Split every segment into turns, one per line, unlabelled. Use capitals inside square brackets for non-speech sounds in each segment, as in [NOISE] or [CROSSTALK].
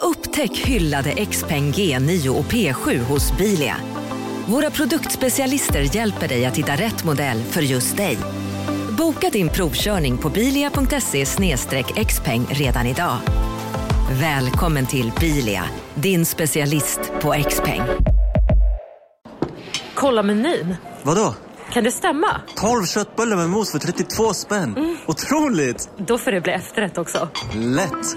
Upptäck hyllade XPeng G9 och P7 hos Bilia. Våra produktspecialister hjälper dig att hitta rätt modell för just dig. Boka din provkörning på bilia.se xpeng redan idag. Välkommen till Bilia, din specialist på XPeng.
Kolla menyn.
Vadå?
Kan det stämma?
12 köttbullar med mos för 32 spänn. Otroligt!
Då får det bli efterrätt också.
Lätt!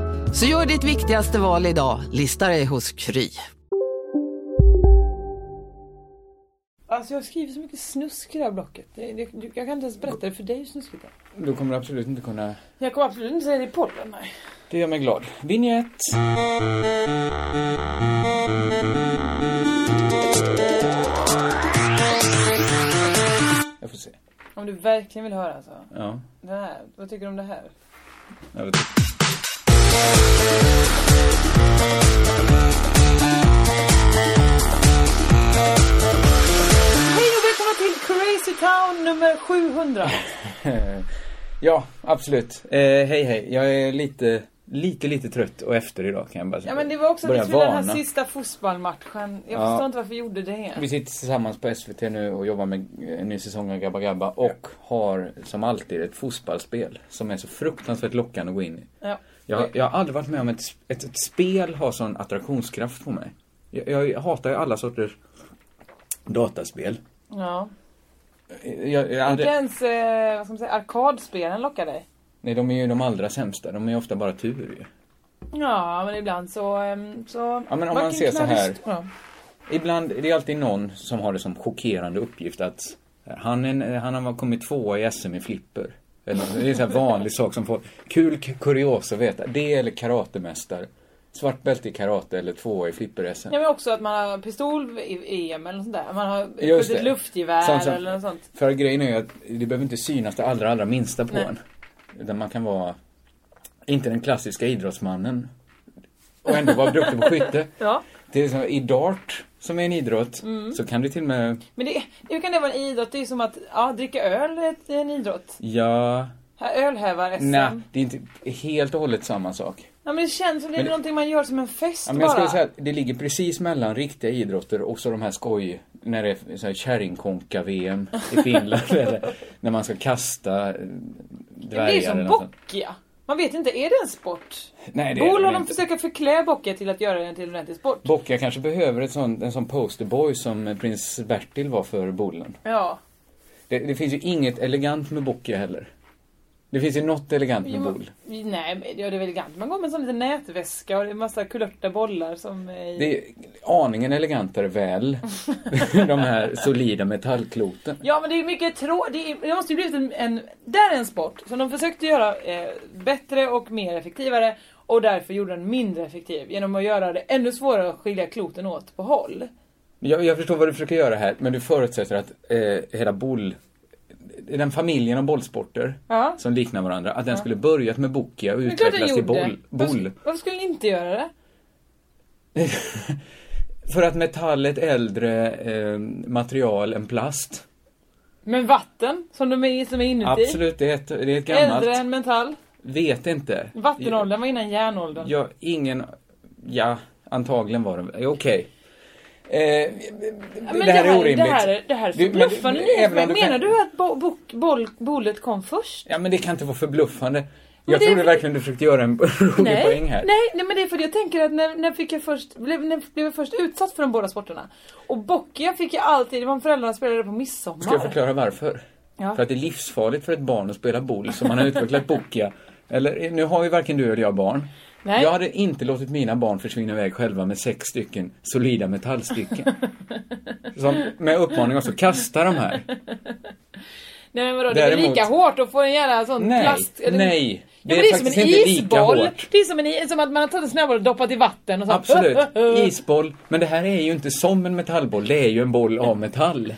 Så gör ditt viktigaste val idag, listar dig hos Kry.
Alltså jag har skrivit så mycket snusk i det här blocket. Det, det, jag kan inte ens berätta det för dig hur snuskigt det är.
Du kommer absolut inte kunna...
Jag kommer absolut inte säga det i podden, nej.
Det gör mig glad. Vignett! Jag får se.
Om du verkligen vill höra alltså.
Ja,
Det här, vad tycker du om det här?
jag vet inte.
Hej och välkomna till Crazy Town nummer 700.
typ. [LAUGHS] Ja, absolut. Eh, hej, hej. Jag är lite, lite, lite trött och efter idag kan jag bara säga.
Ja men det var också
Börjar
lite för den här
varna.
sista fotbollsmatchen. Jag
Ja.
förstår inte varför vi gjorde det.
Vi sitter tillsammans på SVT nu och jobbar med en ny säsong av Gabba Gabba och har som alltid ett fotbollsspel som är så fruktansvärt lockande att gå in i.
Ja.
Jag, jag har aldrig varit med om ett, ett, ett spel har sån attraktionskraft på mig. Jag, jag hatar ju alla sorters dataspel.
ja.
Jag, jag
Inte
hade,
ens, eh, vad ska man säga, arkadspelen lockar dig.
nej, de är ju de allra sämsta. De är ju ofta bara tur ju.
Ja, men ibland så... ehm, så
Ja, men om man
kan
ser så
knarra
här.
historia.
Ibland, det är alltid någon som har det som chockerande uppgift att eh, han, är, en- han har kommit tvåa i SM i flipper. Eller, det är en sån här vanlig sak som får kul k- kuriosa att veta. Det eller karatemästare. Svart bälte i karate eller tvåa i flipper-SM.
Ja men också att man har pistol i EM eller något sånt där. Man har
Just
skjutit
det.
luftgevär
Sånt som-
eller något sånt.
För grejen är ju att det behöver inte synas det allra, allra minsta på
Nej.
en. Utan man kan vara, inte den klassiska idrottsmannen. Och ändå vara duktig på skytte.
[LAUGHS] Ja. Mm.
Det är som i dart, som är en idrott, så kan det till och med,
Men det, hur kan det vara en idrott? Det är ju som att ja, dricka öl är ett- en idrott.
ja,
Här, Ölhävar-SM.
nej, det är inte helt och hållet samma sak.
Ja, men det känns som det är
Men det-
någonting man gör som en fest
Ja, men
bara.
jag skulle säga att det ligger precis mellan riktiga idrotter och så de här skoj, när det är så här kärringkonka-VM i Finland. [LAUGHS] eller när man ska kasta eh,
det
dvärgar
är ju
eller
som
något sånt.
bock ja. Man vet inte, är det en sport?
Nej, det är
Bol
det
har
väl
de
inte.
försökt förklä bocke till att göra den till en ordentlig sport.
Bocka kanske behöver ett sånt, en sån posterboy som prins Bertil var för bollen.
ja.
Det, det finns ju inget elegant med Bocka heller. Det finns ju något elegant med
Jo, men-
boll.
Nej, men ja, det är väl elegant. Man går med en sån liten nätväska och det är en massa kulörta bollar som... Är...
Det är aningen elegantare väl, [LAUGHS] de här solida metallkloten.
Ja men det är mycket trå... Det, är, det måste ju blivit en, en... Där är en sport som de försökte göra eh, bättre och mer effektivare och därför gjorde den mindre effektiv genom att göra det ännu svårare att skilja kloten åt på håll.
Jag, jag förstår vad du försöker göra här, men du förutsätter att eh, hela boll... Den familjen av bollsporter
Ja.
som liknar varandra, att den skulle börjat med Bocka och
Men klart den
utvecklas till
gjorde.
boll. boll.
Varför, varför skulle den inte göra det?
För att metall är ett äldre eh, material än plast.
Men vatten som de är, som är [LAUGHS] inuti.
Absolut, det är ett, det är ett gammalt.
Äldre än metall.
Vet inte.
Vattenåldern var innan järnåldern.
Ja, ingen... Ja, antagligen var det... ja, Okej. Eh,
Ja,
det, här är orimligt.
Det här, är- det här är
Du- men-
förbluffande nyheter.
även
Men,
om du
Menar
kan-
du att bo, bo, boll, bollet kom först?
Ja, men det kan inte vara förbluffande. Jag
det-
trodde verkligen du försökte göra en [LAUGHS] rolig
Nej,
poäng här.
Nej, nej men det är för att jag tänker att när, när fick jag först, blev, när blev jag först utsatt för de båda sporterna? Och bockiga fick jag alltid, det var föräldrarna spelade på midsommar.
Ska jag förklara varför?
Ja.
För att det är livsfarligt för ett barn att spela boll som man har utvecklat bokia. Eller, eh, nu har ju varken du eller jag barn.
Nej.
Jag hade inte låtit mina barn försvinna iväg själva med sex stycken
[LAUGHS]
solida metallstycken. som, med uppmaning också, kasta de här.
Nej men vadå, det är väl
Däremot-
lika hårt att få en jävla sån
Nej,
plast... eller-
nej.
Ja,
Det
men
är
det är som
faktiskt
en
inte lika
isboll.
hårt.
Det är som, en, i- som att man har tagit en snöboll och doppat i vatten och så. [LAUGHS]
Absolut. Isboll. Men det här är ju inte som en metallboll. Det är ju en boll av metall.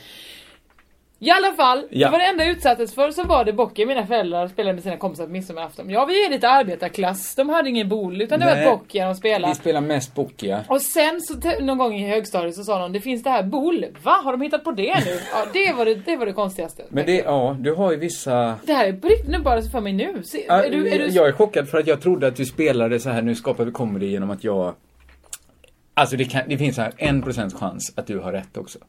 I alla fall,
Ja.
det var det enda jag utsattes för så var det bocke. Mina föräldrar spelade med sina kompisar på midsommarafton. Ja, vi är lite arbetarklass. De hade ingen bol utan det
Nej.
var bocke de spelade.
Vi spelar mest bokiga.
Och sen så te- någon gång i högstadiet så sa någon det finns det här bol. Va? Har de hittat på det
[LAUGHS]
nu? Ja, det var det, det, var det konstigaste.
Men det, ja, du har ju vissa...
Det här är på riktigt nu bara för mig nu. Se, är du, är du...
Ah, Jag är chockad för att jag trodde att du spelade så här, nu skapar vi comedy genom att jag... Alltså det, kan, det finns så här en procents chans att du har rätt också.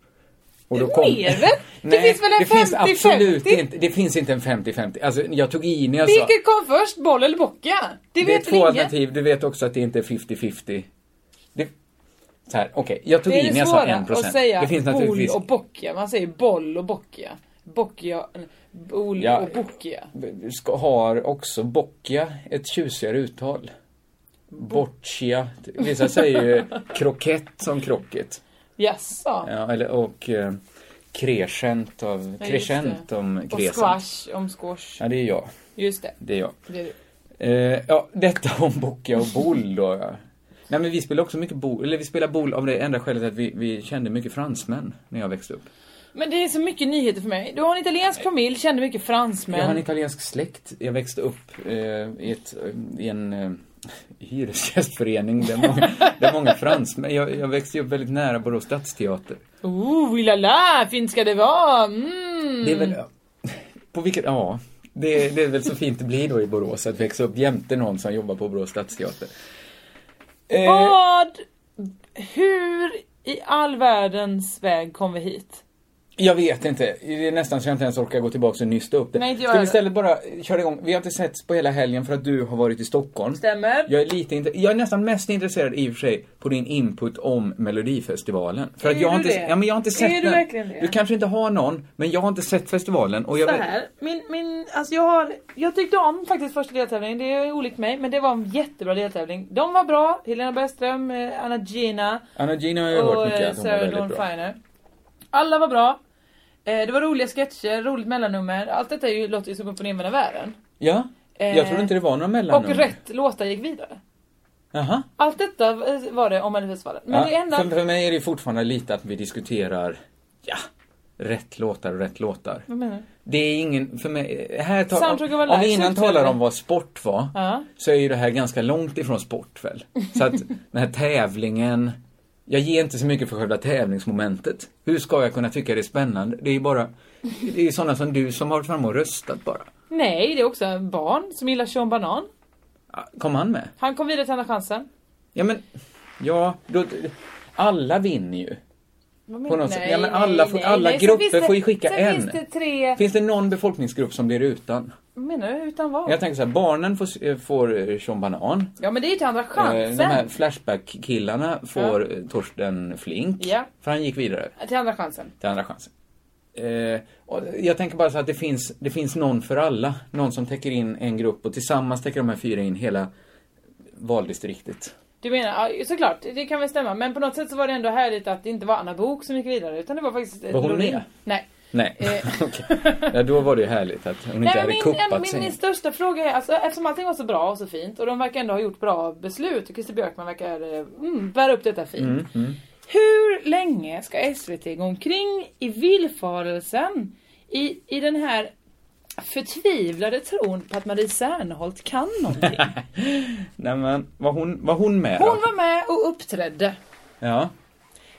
Och då kom-
Mer väl? Det
Nej,
finns väl en
det finns absolut
50-50?
inte, det finns inte en 50-50. Alltså jag tog i när jag sa...
Vilket kom först, boll eller bocka? Det
Det är
vet väl
två
ingen?
alternativ, du vet också att det inte är 50-50. Det... Så här, okej, jag tog
Det
i
är
när
det
jag sa
svåra,
en procent.
att säga
det finns
bol
naturligtvis...
och bocka. Man säger boll och bocka. Bocka, bol
Ja.
och bocka.
ska, har också bockia ett tjusigare uttal. Boccia. Vissa
[LAUGHS]
säger ju krokett som krocket.
Jaså?
Ja, eller, och eh, crescent av,
Ja, just
crescent
det.
om
Och
crescent.
squash om squash.
Ja, det är jag.
Just det.
Det är jag.
det är det.
Eh, ja, detta om bockia och boule då. Ja. Nej men vi spelar också mycket boule, eller vi spelar boule av det enda skälet att vi, vi kände mycket fransmän när jag växte upp.
Men det är så mycket nyheter för mig. Du har en italiensk familj, känner mycket fransmän.
Jag har en italiensk släkt. Jag växte upp eh, i, ett, i en eh, hyresgästförening där
[LAUGHS]
många, där många fransmän... Jag, jag växte upp väldigt nära Borås stadsteater.
Oh, ilala, fint ska det vara. Mm.
Det är väl... På vilket... Ja. Det, det är väl så fint det blir då i Borås att växa upp jämte någon som jobbar på Borås stadsteater. Eh,
Vad... Hur i all världens väg kom vi hit?
Jag vet inte. Det är nästan så jag inte ens orkar gå tillbaka och nysta upp det.
Nej, inte jag
Ska vi
heller.
istället bara köra igång? Vi har inte setts på hela helgen för att du har varit i Stockholm.
Stämmer.
Jag är, lite inte, jag är nästan mest intresserad i och för sig på din input om Melodifestivalen. För att
Är
jag har
du
inte,
det?
ja, men jag har inte sett
Är du
den.
verkligen det?
Du kanske inte har någon, men jag har inte sett festivalen. Och jag
Så
vet-
här, min, min, alltså jag, har, jag tyckte om faktiskt första deltävlingen, det är olikt mig, men det var en jättebra deltävling. De var bra, Helena Bergström, eh, Anna Gina
Anna Gina har jag hört
och
mycket
eh,
att hon var
Sarah Dawn
väldigt bra.
Finer. Alla var bra. Eh, Det var roliga sketcher, roligt mellannummer. Allt detta är ju, låter ju som upp och nervända världen.
Ja, jag
Eh,
trodde inte det var några
Och
mellannummer.
rätt låtar gick vidare.
Jaha.
Allt detta eh, var det om Melodifestivalen. Men
ja,
det enda...
för, för mig är det fortfarande lite att vi diskuterar, ja, rätt låtar och rätt låtar.
Vad menar du?
Det är ingen, för mig, här ta,
Soundtrack of
om,
Our
om vi
Lives,
innan
utställning.
talar om vad sport var,
Ja.
så är ju det här ganska långt ifrån
[LAUGHS]
sport väl? Så att den här tävlingen, jag ger inte så mycket för själva tävlingsmomentet. Hur ska jag kunna tycka det är spännande? Det är ju bara, det är ju sådana som du som har varit framme och röstat bara.
Nej, det är också en barn som gillar Sean Banan.
Ja, Kom han med?
Han kom vidare till Andra chansen.
Ja men, ja, då, alla vinner ju.
Vad menar-
På något sätt.
nej,
Ja, men
nej,
alla får-
nej,
alla
nej. Sen
grupper
finns det-
får ju skicka
sen
en.
Finns det tre...
Finns det någon befolkningsgrupp som blir utan?
Vad menar du? Utan vad?
Jag tänker så här, barnen får, eh, får eh, Sean Banan.
Ja men det är ju till Andra
Eh, De här
chansen.
Flashback-killarna får eh, Torsten Flink
Ja.
För han gick vidare
Till Andra chansen.
till andra chansen. Eh, och jag tänker bara så att det finns, det finns någon för alla. Någon som täcker in en grupp och tillsammans täcker de här fyra in hela valdistriktet.
Du menar, ja, såklart, det kan väl stämma. Men på något sätt så var det ändå härligt att det inte var Anna Bok som gick vidare utan det var faktiskt...
Var hon
Loreen.
med?
Nej.
Nej,
Eh.
[LAUGHS] okej. Ja, då var det ju härligt att hon
Nej,
inte
men
hade
min, en,
kuppat
min, min
sig.
största fråga är, alltså, eftersom allting var så bra och så fint och de verkar ändå ha gjort bra beslut och Christer Björkman verkar eh, mm, bära upp detta fint.
mm.
Hur länge ska SVT gå omkring i villfarelsen i, i den här förtvivlade tron på att Marie Serneholt kan
[LAUGHS]
någonting?
Nej men, var hon, var hon med
Hon
då?
var med och uppträdde.
Ja.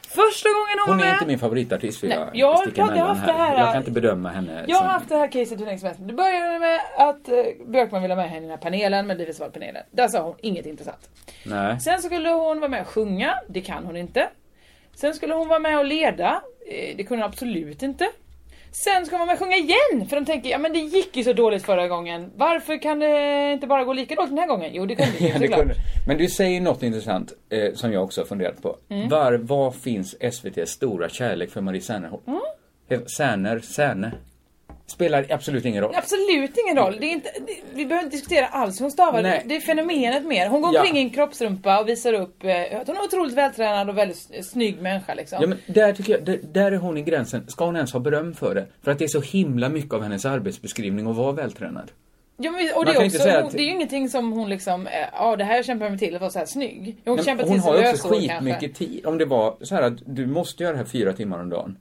Första gången hon,
Hon
var
är
med...
inte min favoritartist vill
Nej,
jag,
jag har
sticka
pratat- jag har
emellan
haft det
här.
här-
Jag kan inte bedöma henne.
Jag har
som-
haft det här caset hur länge som helst. Det började med att eh, Björkman ville ha med henne i den här panelen, men det var panelen. Där sa hon inget intressant.
Nej.
Sen skulle hon vara med och sjunga, det kan hon inte. Sen skulle hon vara med och leda, eh, det kunde hon absolut inte. Sen ska hon vara med och sjunga igen! För de tänker, ja men det gick ju så dåligt förra gången. Varför kan det inte bara gå lika dåligt den här gången? Jo det kunde det ju
[LAUGHS] Ja, det
såklart.
kunde. Men du säger något intressant eh, som jag också har funderat på. Var, var
Mm.
finns SVTs stora kärlek för Marie Serneholt? Mm. Serner, Eh, Serne. Spelar absolut ingen roll.
Absolut ingen roll. Det är inte, det, vi behöver inte diskutera alls hur hon stavar.
Nej.
Det är fenomenet mer. Hon går
Ja.
omkring i en kroppsrumpa och visar upp eh, att hon är otroligt vältränad och väldigt s- snygg människa liksom.
Ja, men där tycker jag, där, där är hon i gränsen. Ska hon ens ha beröm för det? För att det är så himla mycket av hennes arbetsbeskrivning att vara vältränad.
Ja, men, och
Man
det
kan
är,
inte
också,
säga
hon,
att-
det är ju ingenting som hon liksom, eh, ja det här kämpar jag mig till att vara så här snygg. Hon
Nej, men
kämpar
hon
till
har
sig
ju också
lösår, kanske.
skitmycket tid. Om det var så här att du måste göra det här fyra timmar om dagen.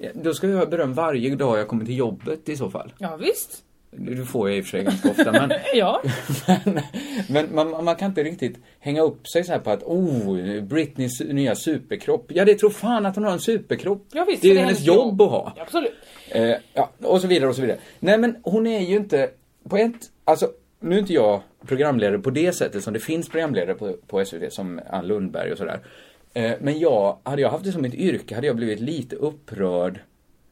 Ja, Då ska jag ha beröm varje dag jag kommer till jobbet i så fall.
Ja visst.
Det får jag i och för sig ganska ofta men,
Ja.
men, men man, man kan inte riktigt hänga upp sig så här på att oh, Britneys nya superkropp. Ja det tror fan att hon har en superkropp.
Ja, visst,
det är
för
ju hennes jobb att ha.
Ja, absolut.
Eh, ja, och så vidare och så vidare. Nej men hon är ju inte, på ett, alltså nu är inte jag programledare på det sättet som det finns programledare på, på SVT som Ann Lundberg och sådär. Eh, men jag, hade jag haft det som mitt yrke hade jag blivit lite upprörd.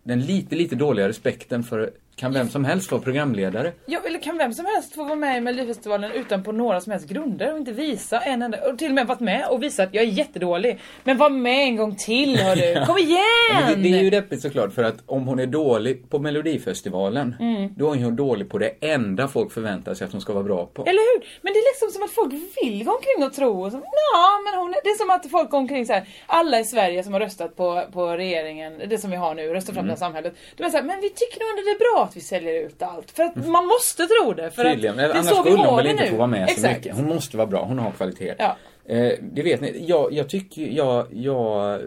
Den lite, lite dåliga respekten för, kan vem som helst vara programledare?
Ja, eller kan vem som helst få vara med i Melodifestivalen utan på några som helst grunder och inte visa en enda, och till och med varit med och visa att jag är jättedålig. Men var med en gång till
[LAUGHS]
hörru, kom igen!
Men Det, det är ju deppigt såklart för att om hon är dålig på Melodifestivalen, då är hon dålig på det enda folk förväntar sig att hon ska vara bra på.
Eller hur? Men det är liksom som att folk vill gå omkring och tro och så, "Nja, men hon är... Det är som att folk går omkring så här. alla i Sverige som har röstat på, på regeringen, det som vi har nu, röstat fram det här
Mm.
samhället. De är så här, men vi tycker nog ändå det är bra att vi säljer ut allt. För att man måste tro det. För
Mm. Tydligen.
att det är
Annars
så vi
skulle hon
har
väl
det
inte
nu.
få vara med så
Exakt.
mycket. Hon måste vara bra, hon har kvaliteter.
Ja.
Eh, det vet ni. Jag, jag tycker ju- jag, jag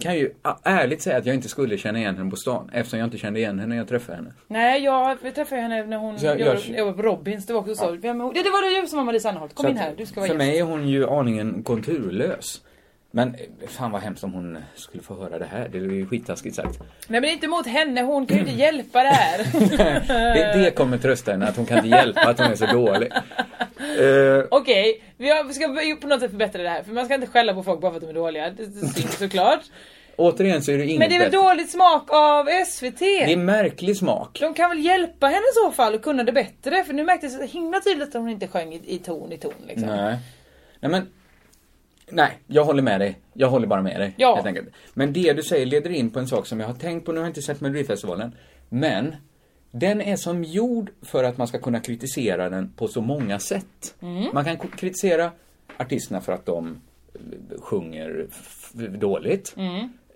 kan ju a- ärligt säga att jag inte skulle känna igen henne på stan eftersom jag inte kände igen henne när jag träffade henne.
Nej, jag vi träffade henne när hon
Så jag-
jobbade,
jag-
jobbade på Robins. Det var också så. Vem är hon? Det, det var det ju som var Marie Serneholt. Kom
Så
in
att
här, du ska vara
För
gäst.
mig är hon ju aningen konturlös. Men eh, fan vad hemskt om hon skulle få höra det här. Det är ju skittaskigt sagt.
Nej men det är inte mot henne, hon kan ju
[CLEARS THROAT]
inte hjälpa det här.
Det, det kommer trösta henne att hon kan inte hjälpa att hon är
[LAUGHS]
så dålig. Eh,
Okej, vi har- vi ska ju på något sätt förbättra det här. För man ska inte skälla på folk bara för att de är dåliga. Det det är synd
[LAUGHS]
såklart.
återigen så är det inget
Men det är väl
bättre.
dåligt smak av SVT?
Det är märklig smak.
De kan väl hjälpa henne i så fall och kunna det bättre? För nu märktes det så himla tydligt att hon inte sjöng i, i ton i ton liksom.
Nej. Nej men. Nej, jag håller med dig. Jag håller bara med dig.
Ja.
Helt enkelt. Men det du säger leder in på en sak som jag har tänkt på, nu har jag inte sett Melodifestivalen. Men, den är som gjord för att man ska kunna kritisera den på så många sätt. Man kan k- kritisera artisterna för att de eh, sjunger f- dåligt.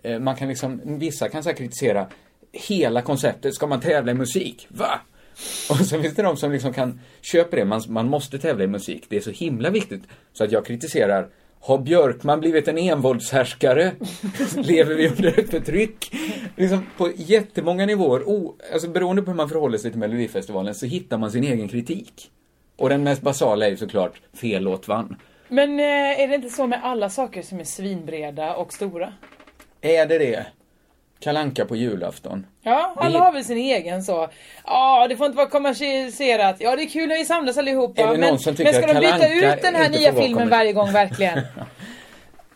Eh, Man kan liksom, vissa kan så här kritisera hela konceptet, ska man tävla i musik? Va? [LAUGHS] Och sen finns det de som liksom kan köpa det, man, man måste tävla i musik, det är så himla viktigt. Så att jag kritiserar, har Björkman blivit en envåldshärskare? [LAUGHS] Lever vi under ett förtryck? Liksom på jättemånga nivåer, o, alltså beroende på hur man förhåller sig till Melodifestivalen så hittar man sin egen kritik. Och den mest basala är ju såklart, fel låt vann.
Men eh, är det inte så med alla saker som är svinbreda och stora?
Är det det? Kalanka på julafton.
Ja, alla
Det-
har väl sin egen så. Ja, det får inte vara kommersialiserat. Ja, det är kul när vi samlas
Är
allihopa.
det
Men,
någon
men
som
ska
tycker att
de byta
Kalle Anka
ut den här
inte
nya
får vara
filmen
kommer-
varje gång
[LAUGHS]
verkligen?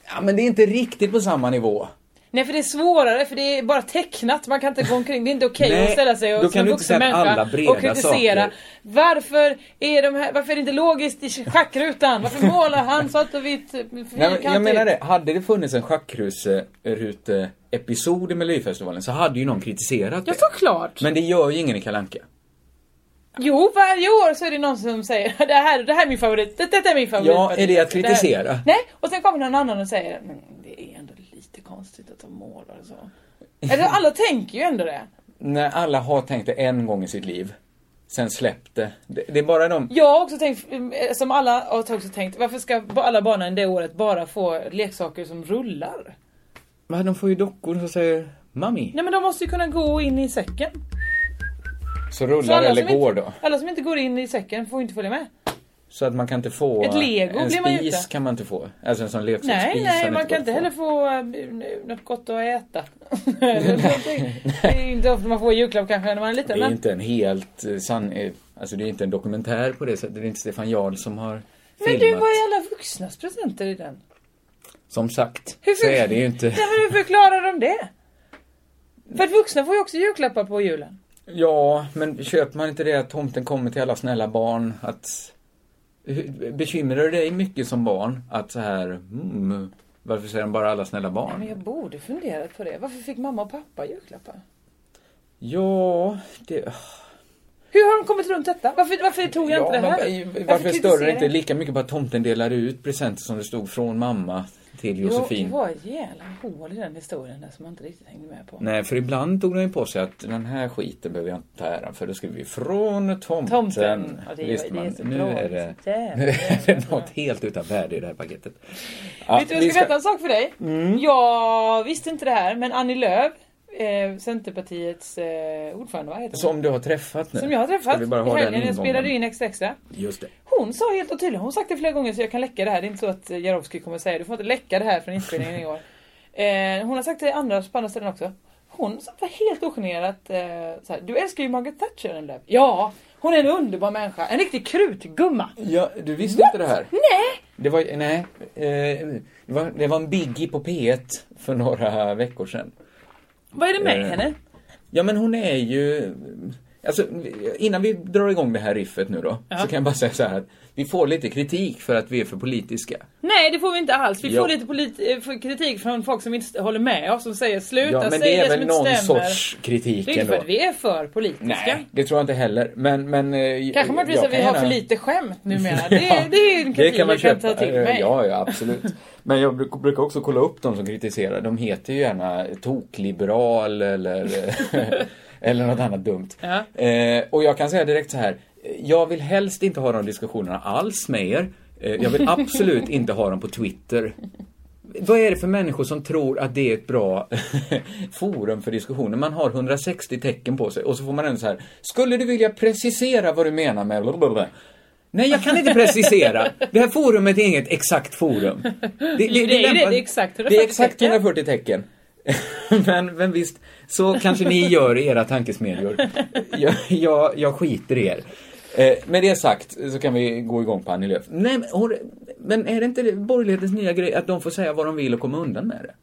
Ja, men det är inte riktigt på samma nivå.
Nej, för det är svårare för det är bara tecknat. Man kan inte gå omkring. Det är inte okej
Nej,
att ställa sig
då
och,
kan
som
du inte
vuxen
säga att alla
människa
breda
och kritisera.
saker-
Varför, är de här, varför är det inte logiskt i schackrutan? Varför målar han svart och vitt?
Nej, men jag
fyrkantigt?
menar det, hade det funnits en schackrute-episod i Melodifestivalen så hade ju någon kritiserat
Ja,
det.
såklart.
Men det gör ju ingen i Kalanka.
Jo, varje år så är det någon som säger [LAUGHS] det här, det här är min favorit, det, detta är min favorit.
Ja, är det att kritisera?
Det här- Nej, och sen kommer någon annan och säger men det är ändå lite konstigt att de målar och så. Eller alla tänker ju ändå det.
När alla har tänkt det en gång i sitt liv, sen släppt det. Det, det är bara de...
Jag har också tänkt, eh, som alla har också tänkt, varför ska ba- alla barnen det året bara få leksaker som rullar?
Men de får ju dockor som säger Mami.
Nej men de måste ju kunna gå in i säcken.
Så rullar eller
som
går
inte,
då.
alla som inte går in i säcken får ju inte följa med.
Så att man kan inte få...
Ett lego
en
blir man ju
spis
inte.
kan man inte få. Alltså en sån leksaksspis
Nej,
har
nej, man
gått
kan inte
att
heller
få.
få eh, något gott att äta. [LAUGHS] Eller någonting. det är ju inte ofta man får julklapp kanske när man är liten.
Det är
Men...
inte en helt eh, sann... eh, Alltså det är inte en dokumentär på det sättet. Det är inte Stefan Jarl som har
Men
filmat.
du, vad är alla vuxnas presenter i den?
Som sagt,
Hur
så
för-
är det ju inte.
Nej, men hur förklarar de det? För att vuxna får ju också julklappar på julen.
Ja, men köper man inte det att tomten kommer till alla snälla barn? Att... Hur- Bekymrar det dig mycket som barn att så här, mm, varför säger de bara alla snälla
Men
barn?
jag borde funderat på det. Varför fick mamma och pappa julklappar?
Ja, det...
Hur har de kommit runt detta? Varför, varför tog jag inte det här?
men va-
Varför
varför stör
kritiserar
det inte
jag?
lika mycket på att tomten delar ut presenter som det stod från mamma till Josefin?
Jo, det var ett jävla hål i den historien där som man inte riktigt hängde med på.
Nej, för ibland tog de ju på sig att den här skiten behöver jag inte ta äran för. Då skriver vi från tomten.
Tomten. Ja, det är-
Visst
det är
man,
så
nu
bra.
är det,
Så jävla
[LAUGHS] nu är det något helt utan värde i det här paketet. Ja,
Vet du, jag
vi Mm.
ska berätta en sak för dig. Jag visste inte det här, men Annie Lööf, eh, Centerpartiets eh, ordförande, vad heter hon?
Som du har träffat nu.
Som jag har
Ska
träffat
vi bara ha
i
den
helgen. Jag spelade ju
ingången?
in Extra Extra.
Just det.
Hon sa helt och tydligt, hon har sagt det flera gånger så jag kan läcka det här. Det är inte så att eh, Jarowski kommer säga du får inte läcka det här från inspelningen i år. Eh, hon har sagt det andra, på andra ställen också. Hon sa- var helt ogenerat eh, så här, du älskar ju Margaret Thatcher Annie Lööf. Ja, hon är en underbar människa. En riktig krutgumma.
Ja, du visste inte det här?
Nej!
Det var, nej, eh, det, var, det var en biggie på P1 för några veckor sedan.
Vad är det med
Eh,
henne?
Ja men hon är ju... Alltså, innan vi drar igång det här riffet nu då, så kan jag bara säga så här att vi får lite kritik för att vi är för politiska.
Nej det får vi inte alls. Vi
Ja.
får lite polit- eh, för kritik från folk som inte håller med oss. Som säger sluta
Ja, men
säg
det
det,
är
som
väl
inte
någon
stämmer.
sorts kritik
det är inte för
ändå.
att vi är för politiska.
Nej, det tror jag inte heller. Men, men... eh,
Kanske man
jag
visar att
kan
vi har
gärna-
för lite
[LAUGHS]
skämt numera. Det, det är en kritik
det kan man
jag kan
köpa. Eh,
ta till mig.
Ja, ja, absolut. Men jag bruk- brukar också kolla upp de som kritiserar. De heter ju gärna tokliberal eller, [LAUGHS] eller något annat dumt.
Ja.
Eh, och jag kan säga direkt så här. eh, Jag vill helst inte ha de diskussionerna alls med er. Eh, jag
[LAUGHS]
vill absolut inte ha dem på Twitter. Vad är det för människor som tror att det är ett bra [LAUGHS] forum för diskussioner? Man har 160 tecken på sig och så får man ändå så här, skulle du vilja precisera vad du menar med blablabla? Nej, jag kan inte precisera. Det här forumet är inget exakt forum. Det,
det är ju det,
lämpar-
det är exakt
det är
140
exakt
tecken.
140 tecken. [LAUGHS] men, men visst, så kanske ni gör i era tankesmedjor. Jag, jag, jag skiter i er. Eh, med det sagt så kan vi gå igång på Annie Lööf. Nej, men, hon, men är det inte borgerlighetens nya grej att de får säga vad de vill och komma undan med det?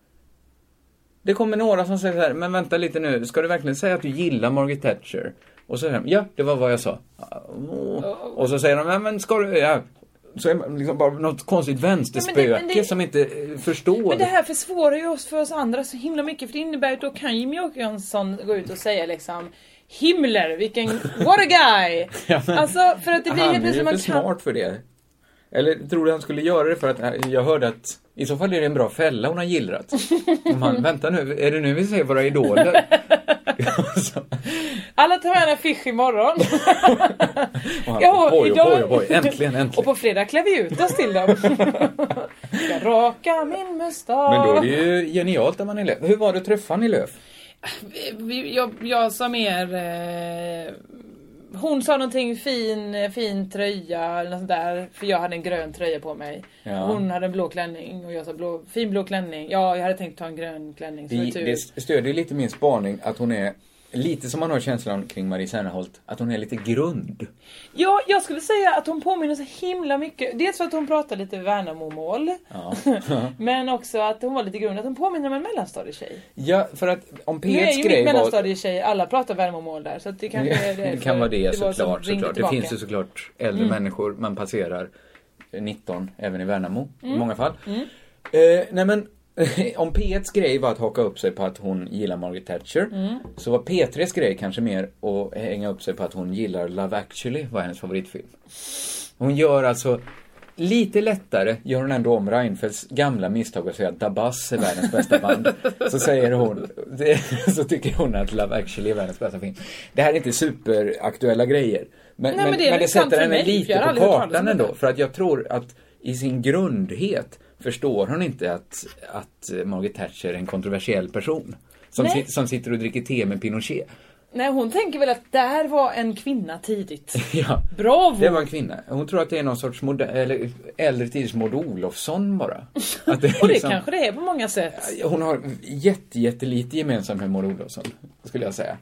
Det kommer några som säger så här, men vänta lite nu, ska du verkligen säga att du gillar Margaret Thatcher? Och så säger de, ja, det var vad jag sa. Åh. Och så säger de, "Ja, men ska du, ja. Så är man liksom bara något konstigt vänsterspöke
Ja, men det- men det-
som inte eh, förstår.
Men det här försvårar ju oss för oss andra så himla mycket för det innebär att då kan Jimmie Åkesson gå ut och säga liksom Himmler, vilken... What a guy!
[LAUGHS] Ja, men
alltså för att det blir
han
helt
är ju
plötsligt man
inte
kan...
smart för det. Eller tror du han skulle göra det för att eh, jag hörde att i så fall är det en bra fälla hon har gillrat.
[LAUGHS]
Om han, vänta nu, är det nu vi ser våra idoler? [LAUGHS] Så-
Alla tar med en affisch
[LAUGHS]
imorgon.
och han,
Ja,
oj,
idag-
oj, oj, oj, äntligen, äntligen.
[LAUGHS] och på fredag klär vi ut oss till
[LAUGHS]
dem. Ska raka min mustasch.
Men då är det ju genialt att man är Lööf. Hur var det att träffa Annie Lööf?
Vi- jag, jag sa mer... Eh, hon sa någonting fin, fin tröja eller något sånt där. För jag hade en grön tröja på mig.
Ja.
Hon hade en blå klänning och jag sa blå, fin blå klänning. Ja, jag hade tänkt ta en grön klänning som
Det,
är tur.
det stödjer lite min spaning att hon är, lite som man har känslan kring Marie Serneholt, att hon är lite grund.
Ja, jag skulle säga att hon påminner så himla mycket. Dels för att hon pratar lite Värnamomål. [LAUGHS] men också att hon var lite grund. Att hon påminner om en mellanstadietjej.
Ja, för att om
Nu är
P1s
ju mitt
grej var...
mellanstadietjej, alla pratar Värnamomål där. Så att det kanske är
[LAUGHS] Det kan
för
vara det,
var som
såklart.
ringde
såklart. Det
tillbaka. Mm.
finns ju såklart äldre människor man passerar eh, 19, även i Värnamo
Mm.
i många fall. Eh, nej men, [LAUGHS] om P1s grej var att haka upp sig på att hon gillar Margaret Thatcher,
Mm.
så var P3s grej kanske mer att hänga upp sig på att hon gillar Love actually, var hennes favoritfilm. Hon gör alltså Lite lättare gör hon ändå om Reinfeldts gamla misstag att säga att Dabas är världens
[LAUGHS]
bästa band. Så säger hon, det, så tycker hon att Love actually är världens bästa film. Det här är inte superaktuella grejer. Men,
Nej, men
men,
det är
men det
sant för
sätter henne
mig, för jag
lite
har aldrig hört
på
talas
kartan
om
ändå.
det.
För att jag tror att i sin grundhet förstår hon inte att, att Margaret Thatcher är en kontroversiell person. Som,
Nej.
si, som sitter och dricker te med Pinochet.
Nej, hon tänker väl att där var en kvinna tidigt.
[LAUGHS] Ja.
Bravo!
Det var en kvinna. Hon tror att det är någon sorts moder- eller äldre tiders Maud
[LAUGHS]
Olofsson bara. Att det är
Och det
liksom-
kanske det är på många sätt.
Hon har jätte, jättelite gemensamt med Maud Olofsson, skulle jag säga.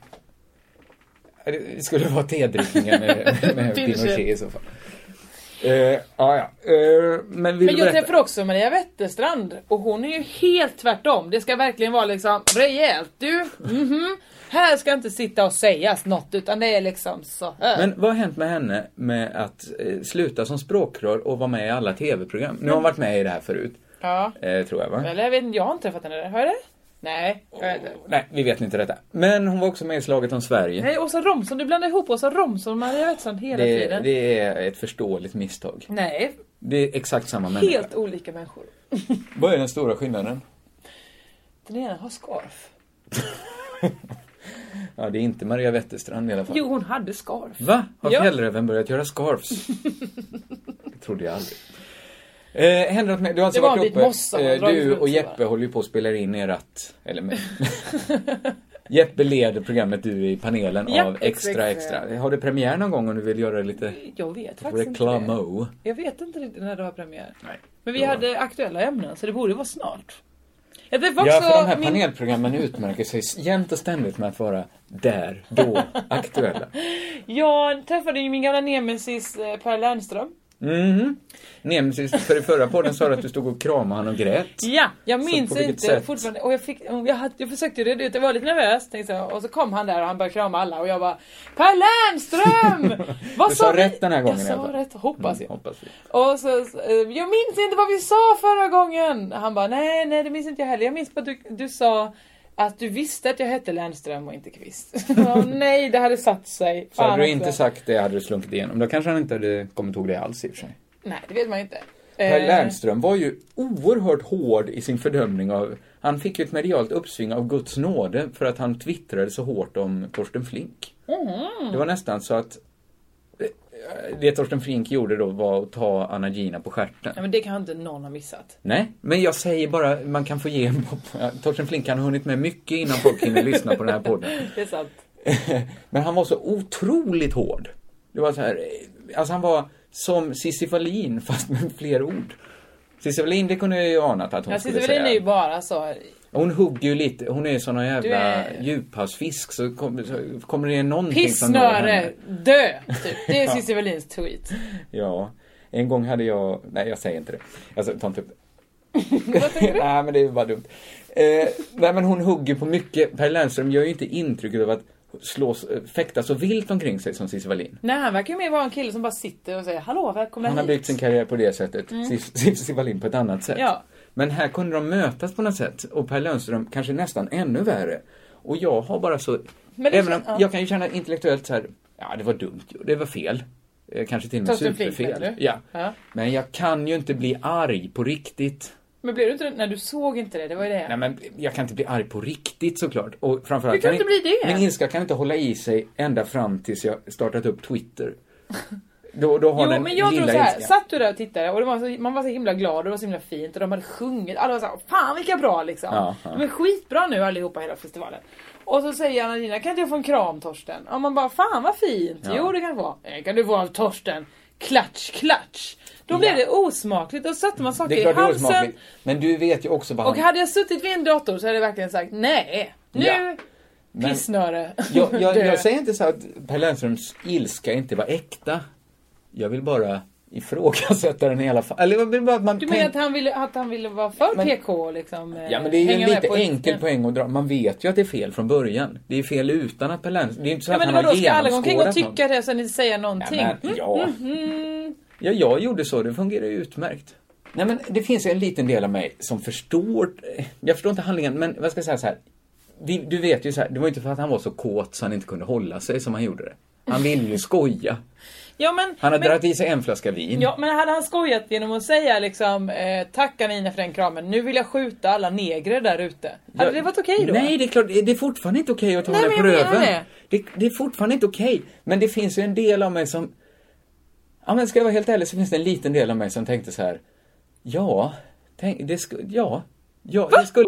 Det skulle vara tedrickningen med,
[LAUGHS] Pinochet.
med Pinochet i så fall. Uh, ja, ja. Eh, men vill
Men jag
du berätta?
träffar också Maria Wetterstrand och hon är ju helt tvärtom. Det ska verkligen vara liksom rejält. Du, mhm. Här ska inte sitta och sägas något utan det är liksom så här.
Men vad har hänt med henne med att eh, sluta som språkrör och vara med i alla tv-program? Nu har hon varit med i det här förut,
ja.
eh, tror jag va?
Eller jag vet inte, jag har inte träffat henne. Har jag det? Nej, jag vet inte.
Nej, vi vet inte detta. Men hon var också med i slaget om Sverige.
Nej, Åsa Romson. Du blandar ihop Åsa Romson och Maria Wetterstrand hela
Det,
tiden.
det är ett förståeligt misstag.
Nej,
Det är exakt samma människa.
helt olika människor.
Vad är den stora skillnaden?
Den ena har scarf.
Ja, det är inte Maria Wetterstrand i alla fall.
Jo, hon hade scarf.
Va? Har
Ja.
fjällräven börjat
[LAUGHS]
göra scarves? det trodde jag aldrig. Eh, händer något mer? Du har alltså
Det var en
varit
bit
uppe.
mossa man drar
du
ut
och
så
Jeppe
bara.
håller ju på att spela in erat.
[LAUGHS]
Eller med. Jeppe leder programmet du är i panelen
Ja,
av Extra
extra,
extra. Har det premiär någon gång om du vill göra det lite
Jag vet faktiskt inte det.
reklamo?
Jag vet inte riktigt när det har premiär.
Nej.
Men vi
Ja.
hade aktuella ämnen, så det borde vara snart. Jag träffade också
Ja, för de här
min...
panelprogrammen utmärker sig jämt och ständigt med att vara där,
[LAUGHS]
då, aktuella.
Jag träffade ju min gamla nemesis eh, Per Lernström.
Mhm. Nemesis, för i förra podden sa du att du stod och kramade han och grät.
Ja, jag
Så
minns
på vilket
inte
sätt?
fortfarande. Och jag, fick, och jag, hade, jag försökte reda ut, jag var lite nervös. Tänkte jag. Och så kom han där och han började krama alla och jag bara Per
[LAUGHS]
Lernström! Vad
Du sa rätt den här gången
Jag
i alla
sa
fall.
rätt, hoppas jag.
Hoppas vi.
Och så, så, eh, jag minns inte vad vi sa förra gången. Han bara, nej, nej det minns inte jag heller. Jag minns bara att du, du sa att du visste att jag hette Lernström och inte Kvist. [LAUGHS] Ja, nej, det hade satt sig.
Så hade du
också.
inte sagt det hade du slunkit igenom. Då kanske han inte hade kommit ihåg det alls i och för sig.
Nej, det vet man ju inte.
Per
Eh,
Lernström var ju oerhört hård i sin fördömning av... Han fick ju ett medialt uppsving av Guds nåde för att han twittrade så hårt om Torsten Flink. Det var nästan så att... eh, Det Torsten Flink gjorde då var att ta Anna Gina på stjärten.
Nej, men det kan inte någon ha missat.
Nej, men jag säger bara, man kan få ge [LAUGHS] en... Torsten Flink han har hunnit med mycket innan folk hinner lyssna på den här podden.
Det är sant.
[LAUGHS] Men han var så otroligt hård. Det var så här, eh, alltså han var som Cissi Wallin [LAUGHS] fast med fler ord. Cissi Wallin, det kunde jag ju anat att hon
Jag
skulle
sitter
säga.
väl inne ju bara så.
Hon hugger ju lite, hon är ju sån här jävla
är-
djuphavsfisk så, kom, så kommer det någonting som når henne.
Pissnöre, dö! Typ. Det
[LAUGHS]
är Cissi Wallins tweet.
Ja. En gång hade jag, nej jag säger inte det. Jag tar inte upp det.
[LAUGHS] Vad tänker du?
[LAUGHS] nej men det är bara dumt. Eh, nej men hon hugger på mycket. Per Lernström gör ju inte intrycket av att slås, eh, fäkta så vilt omkring sig som Cissi Wallin.
Nej, han verkar ju mer vara en kille som bara sitter och säger hallå, välkomna
Han har
hit.
byggt sin karriär på det sättet. Cis- Cissi Wallin på ett annat sätt.
Mm. Ja.
Men här kunde de mötas på något sätt och Per Lönström kanske nästan ännu värre. Och jag har bara så...
Men det
även om,
kän- ja.
Jag kan ju känna intellektuellt så här, ja det var dumt, ju, det var fel. Eh, Kanske till och med
Torsten Flink,
superfel.
menar du?
ja.
Ja.
Men jag kan ju inte bli arg på riktigt.
Men blev du inte det? Nej, du såg inte det. Det var ju det.
Nej men jag kan inte bli arg på riktigt såklart. Och framförallt
Hur kan du inte bli det?
Min ilska kan inte hålla i sig ända fram tills jag startat upp Twitter. [LAUGHS] Då, då har
Jo
den
men jag
lilla
tror såhär,
ilskan-
satt du där och tittade och det var så, man var så himla glad och det var så himla fint och de hade sjungit, alla var såhär fan vilka bra liksom.
Ja, ja.
De är skitbra nu allihopa hela festivalen. Och så säger Anna-Lina, kan inte jag få en kram Torsten? Och man bara fan vad fint, jo det kan du få. "Eh, kan du få av Torsten? Klatsch klatsch. Då blev det osmakligt, och satte man
Det är
saker i
klart det är
halsen.
osmakligt. Men du vet ju också vad
och
han...
hade jag suttit vid en dator så hade jag verkligen sagt nej, nu
Ja. Men-
pissnöre.
Jag,
[LAUGHS]
jag,
Dö."
jag säger inte så att Per Lernströms ilska inte var äkta. Jag vill bara ifrågasätta den i alla fall. Eller jag vill bara att man
Du
tänk-
menar att han ville, att han ville vara för
Men-
PK liksom? eh,
Ja men det är ju
hänga
en
med
lite
på-
enkel poäng att dra. Man vet ju att det är fel från början. Det är fel utan att Per Lernström... Det är inte så
Ja
att
men
han har
vadå, ska alla gå omkring och
genomskådat någon.
tycka det och sen inte säga någonting? Mm.
Ja, men, ja. ja, jag gjorde så. Det fungerar ju utmärkt. Nej, men det finns ju en liten del av mig som förstår... Jag förstår inte handlingen, men vad ska jag säga så här. Vi, du vet ju så här, det var ju inte för att han var så kåt så han inte kunde hålla sig som han gjorde det. Han ville ju skoja.
ja, men,
Han har
men,
dragit i sig en flaska vin.
ja, men hade han skojat genom att säga liksom eh, Tack Anina för den kramen, nu vill jag skjuta alla negrer där ute. Hade det varit okej då?
Nej, det är klart, det är fortfarande inte okej att ta
Nej,
det
men
på
jag menar
röven.
det.
Det, det är fortfarande inte okej. Men det finns ju en del av mig som... Ja, men ska jag vara helt ärlig så finns det en liten del av mig som tänkte så här. Ja, tänk, det skulle... Ja. Ja, det skulle...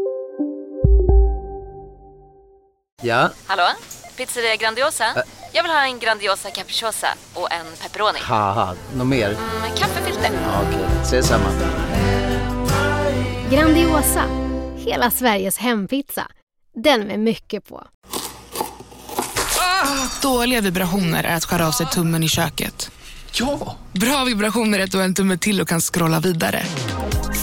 Ja,
Hallå? Pizzeria Grandiosa? Jag vill ha en Grandiosa capriciosa och en pepperoni.
haha, något mer?
Med kaffefilter.
Ja, Okej, ses samma.
Grandiosa, hela Sveriges hempizza. Den med mycket på.
Dåliga vibrationer är att skära av sig tummen i köket. Ja! Bra vibrationer är att du har en tumme till och kan scrolla vidare.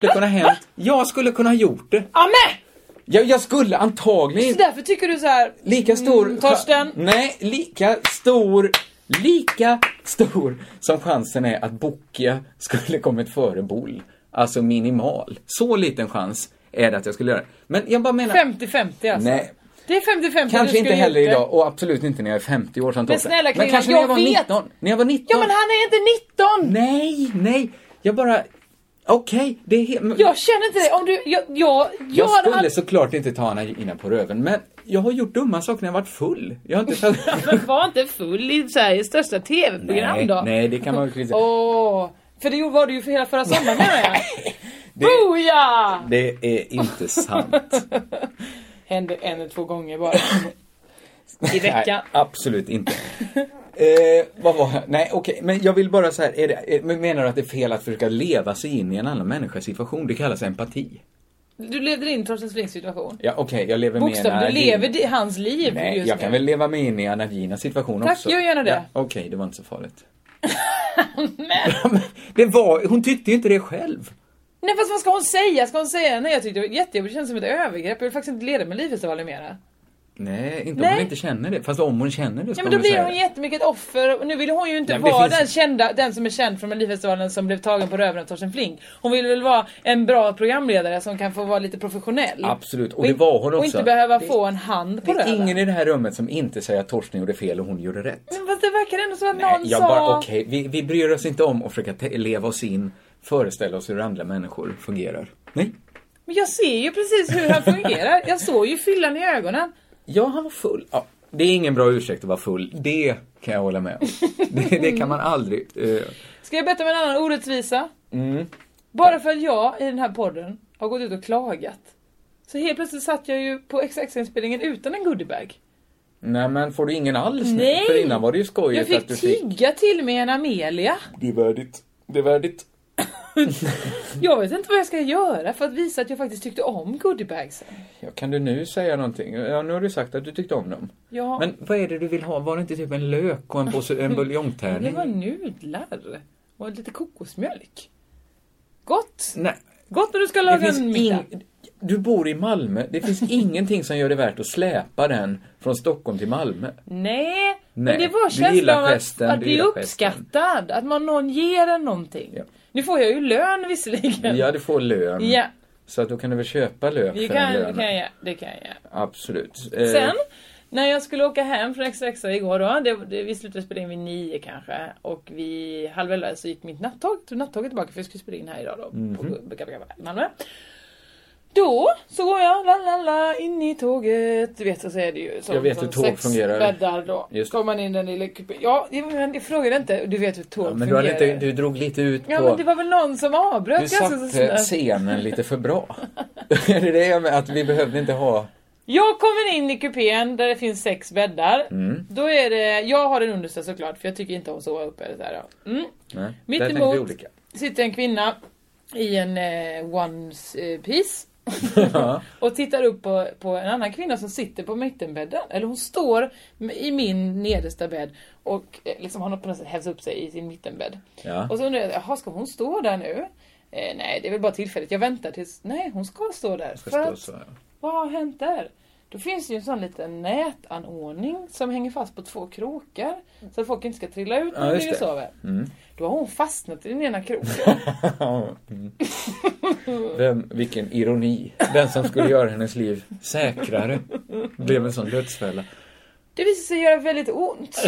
skulle kunna hänt. Jag skulle kunna ha gjort det.
Amen!
Jag, jag skulle antagligen
Så därför tycker du så här.
Lika stor...
Mm, Torsten.
Nej, lika stor... Lika stor som chansen är att Bokia skulle kommit före Bull. Alltså minimal. Så liten chans är det att jag skulle göra det. Men jag bara menar...
50-50 alltså.
Nej.
Det är 50-50 du
Kanske
skulle
inte heller
gjort det.
idag och absolut inte när jag är 50 år som
Men
Torsten.
snälla
Men
Clemen,
kanske när
jag
jag var
vet.
19. När jag var 19.
Ja men han är inte 19!
Nej, nej. Jag bara... Okej, det är helt...
Jag känner inte det. Om du, jag, jag, jag,
Jag
hade
skulle
aldrig-
såklart inte ta henne innan på röven, men jag har gjort dumma saker när jag varit full. Jag har inte tagit...
[LAUGHS]
[LAUGHS]
Men [LAUGHS] var inte full i Sveriges största TV-program
nej,
då.
nej, det kan man väl inte
[LAUGHS]
säga.
Åh, för det var du ju för hela förra sommaren menar
[LAUGHS]
jag. Boja!
Det är inte sant.
Hände en eller två gånger bara. [LAUGHS] I
Nej,
veckan.
absolut inte. Eh, vad var jag? Nej, okej, men jag vill bara så här, är det, är, men menar du att det är fel att försöka leva sig in i en annan människas situation? Det kallas empati.
Du levde in Torsten Flinks situation.
Ja, okej, jag lever med
Bokstavligt, du lever di- hans liv
Nej,
just
jag
nu.
kan väl leva mig in i Anna Ginas situation
Tack,
också.
gör gärna det.
Ja, okej, det var inte så farligt.
[LAUGHS]
det var, hon tyckte ju inte det själv.
Nej fast vad ska hon säga? Ska hon säga nej jag tyckte det var jättejobbigt, det kändes som ett övergrepp. Jag vill faktiskt inte leda med Livfestivalen mera.
Nej, inte om
Nej.
hon inte känner det. Fast om hon känner det
Ja
ska
men då
väl säga
blir hon
det.
jättemycket ett offer. Och Nu vill hon ju inte
Nej, men det
vara
finns-
den, kända, den som är känd från Melodifestivalen som blev tagen på röven av Torsten Flink. Hon vill väl vara en bra programledare som kan få vara lite professionell.
Absolut, och det var hon
Och
också.
inte behöva
Det-
få en hand
Det
på
är
röven.
ingen i det här rummet som inte säger att Torsten gjorde fel och hon gjorde rätt.
Men fast det verkar ändå som att
Nej,
någon
jag
sa...
bara, okej, vi, vi bryr oss inte om att försöka te- leva oss in, föreställa oss hur andra människor fungerar. Nej.
Men jag ser ju precis hur han fungerar. Jag såg ju fyllan i ögonen.
Ja, han var full. Ja, det är ingen bra ursäkt att vara full. Det kan jag
[LAUGHS]
hålla med om. det, det kan man aldrig. eh,
Ska jag berätta om en annan orättvisa?
mm.
Bara för att jag i den här podden har gått ut och klagat. Så helt plötsligt satt jag ju på XX-inspelningen utan en goodiebag.
Nej men får du ingen alls nu?
Nej!
För innan var det ju
Jag
skojigt att
fick
du fick...
tigga till mig en Amelia.
Det är värdigt. Det är värdigt.
Jag vet inte vad jag ska göra för att visa att jag faktiskt tyckte om goodiebagsen.
Ja, kan du nu säga någonting? Ja, nu har du sagt att du tyckte om dem.
Ja,
Men vad är det du vill ha? Var det inte typ en lök och en,
[LAUGHS]
påse- en
det
buljongtärning?
var nudlar och lite kokosmjölk. Gott!
Nej.
Gott när du ska
Det
laga
finns
en middag.
ing... Du bor i Malmö. Det
[LAUGHS]
finns ingenting som gör det värt att släpa den från Stockholm till Malmö.
Nej, men
Nej,
det var
du
känslan
gillar
av att,
gesten,
att
du
bli
gillar gesten.
uppskattad. Att man, någon ger en någonting.
Ja.
Nu får jag ju lön visserligen.
Ja, du får lön.
Ja,
Så att då kan du väl köpa lök
det
för
kan,
den
det
lönen.
kan jag. Det kan jag.
Absolut. Eh,
Sen, när jag skulle åka hem från XX igår då, det, det, vi slutade spela in vid nio kanske och vid halv elva så gick mitt nattåg, tog nattåget tillbaka för jag skulle spela in här idag då
Mhm.
på på Malmö. Då så går jag la, la, la, in i tåget, du vet så är det ju som,
Jag vet
som
hur tåg
sex
fungerar.
bäddar då.
Just.
Kommer man in i den lilla kupén, ja det- men jag frågade inte, du vet hur tåg
ja, men du,
fungerar.
hade inte, du drog lite ut på...
Ja men det var väl någon som avbröt
Du
ganska så
satte
snabbt.
scenen lite
[LAUGHS]
för bra. [LAUGHS] är det det med att vi behövde inte ha...
Jag kommer in i kupén där det finns sex bäddar.
Mm.
Då är det, jag har den understa såklart för jag tycker inte om att sova uppe. Så här, ja. mm.
Nej,
Mitt
där tänkte
emot.
vi olika.
Sitter en kvinna i en eh, one eh, piece. [LAUGHS] och tittar upp på, på en annan kvinna som sitter på mittenbädden. Eller hon står i min nedersta bädd och eh, liksom har något på något sätt hävs upp sig i sin mittenbädd.
Ja.
Och så undrar jag, jaha ska hon stå där nu? Eh, nej det är väl bara tillfälligt, jag väntar tills... Nej hon ska stå där.
Ska
för
stå
att-
så, ja.
vad har hänt där? Då finns det ju en sån liten nätanordning som hänger fast på två krokar. Så att folk inte ska trilla ut när
Mm. Ja,
de
just
ligger och
det.
sover. Då har hon fastnat i den ena kroken.
Mm. Vem, vilken ironi. Den som skulle göra hennes liv säkrare blev en sån dödsfälla.
Det visar sig göra väldigt ont.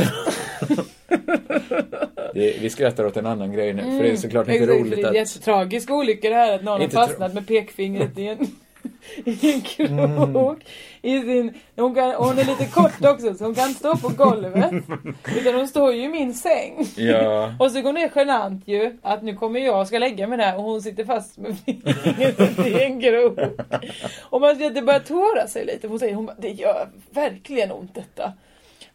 Det, vi skrattar åt en annan grej nu, för det är såklart inte
Mm, Exakt,
roligt
det är en
att...
jättetragisk olycka det här att någon har
Inte tro-
fastnat med pekfingret i en... [LAUGHS] i en krok. I sin, hon, kan, och hon är lite kort också så hon kan inte stå på golvet. Utan hon står ju i min säng.
Ja.
[LAUGHS] Och så går hon ner genant ju att nu kommer jag och ska lägga mig där och hon sitter fast med fingret i en grop. Och man ser att det börjar tåra sig lite. Hon säger hon bara, det gör verkligen ont detta.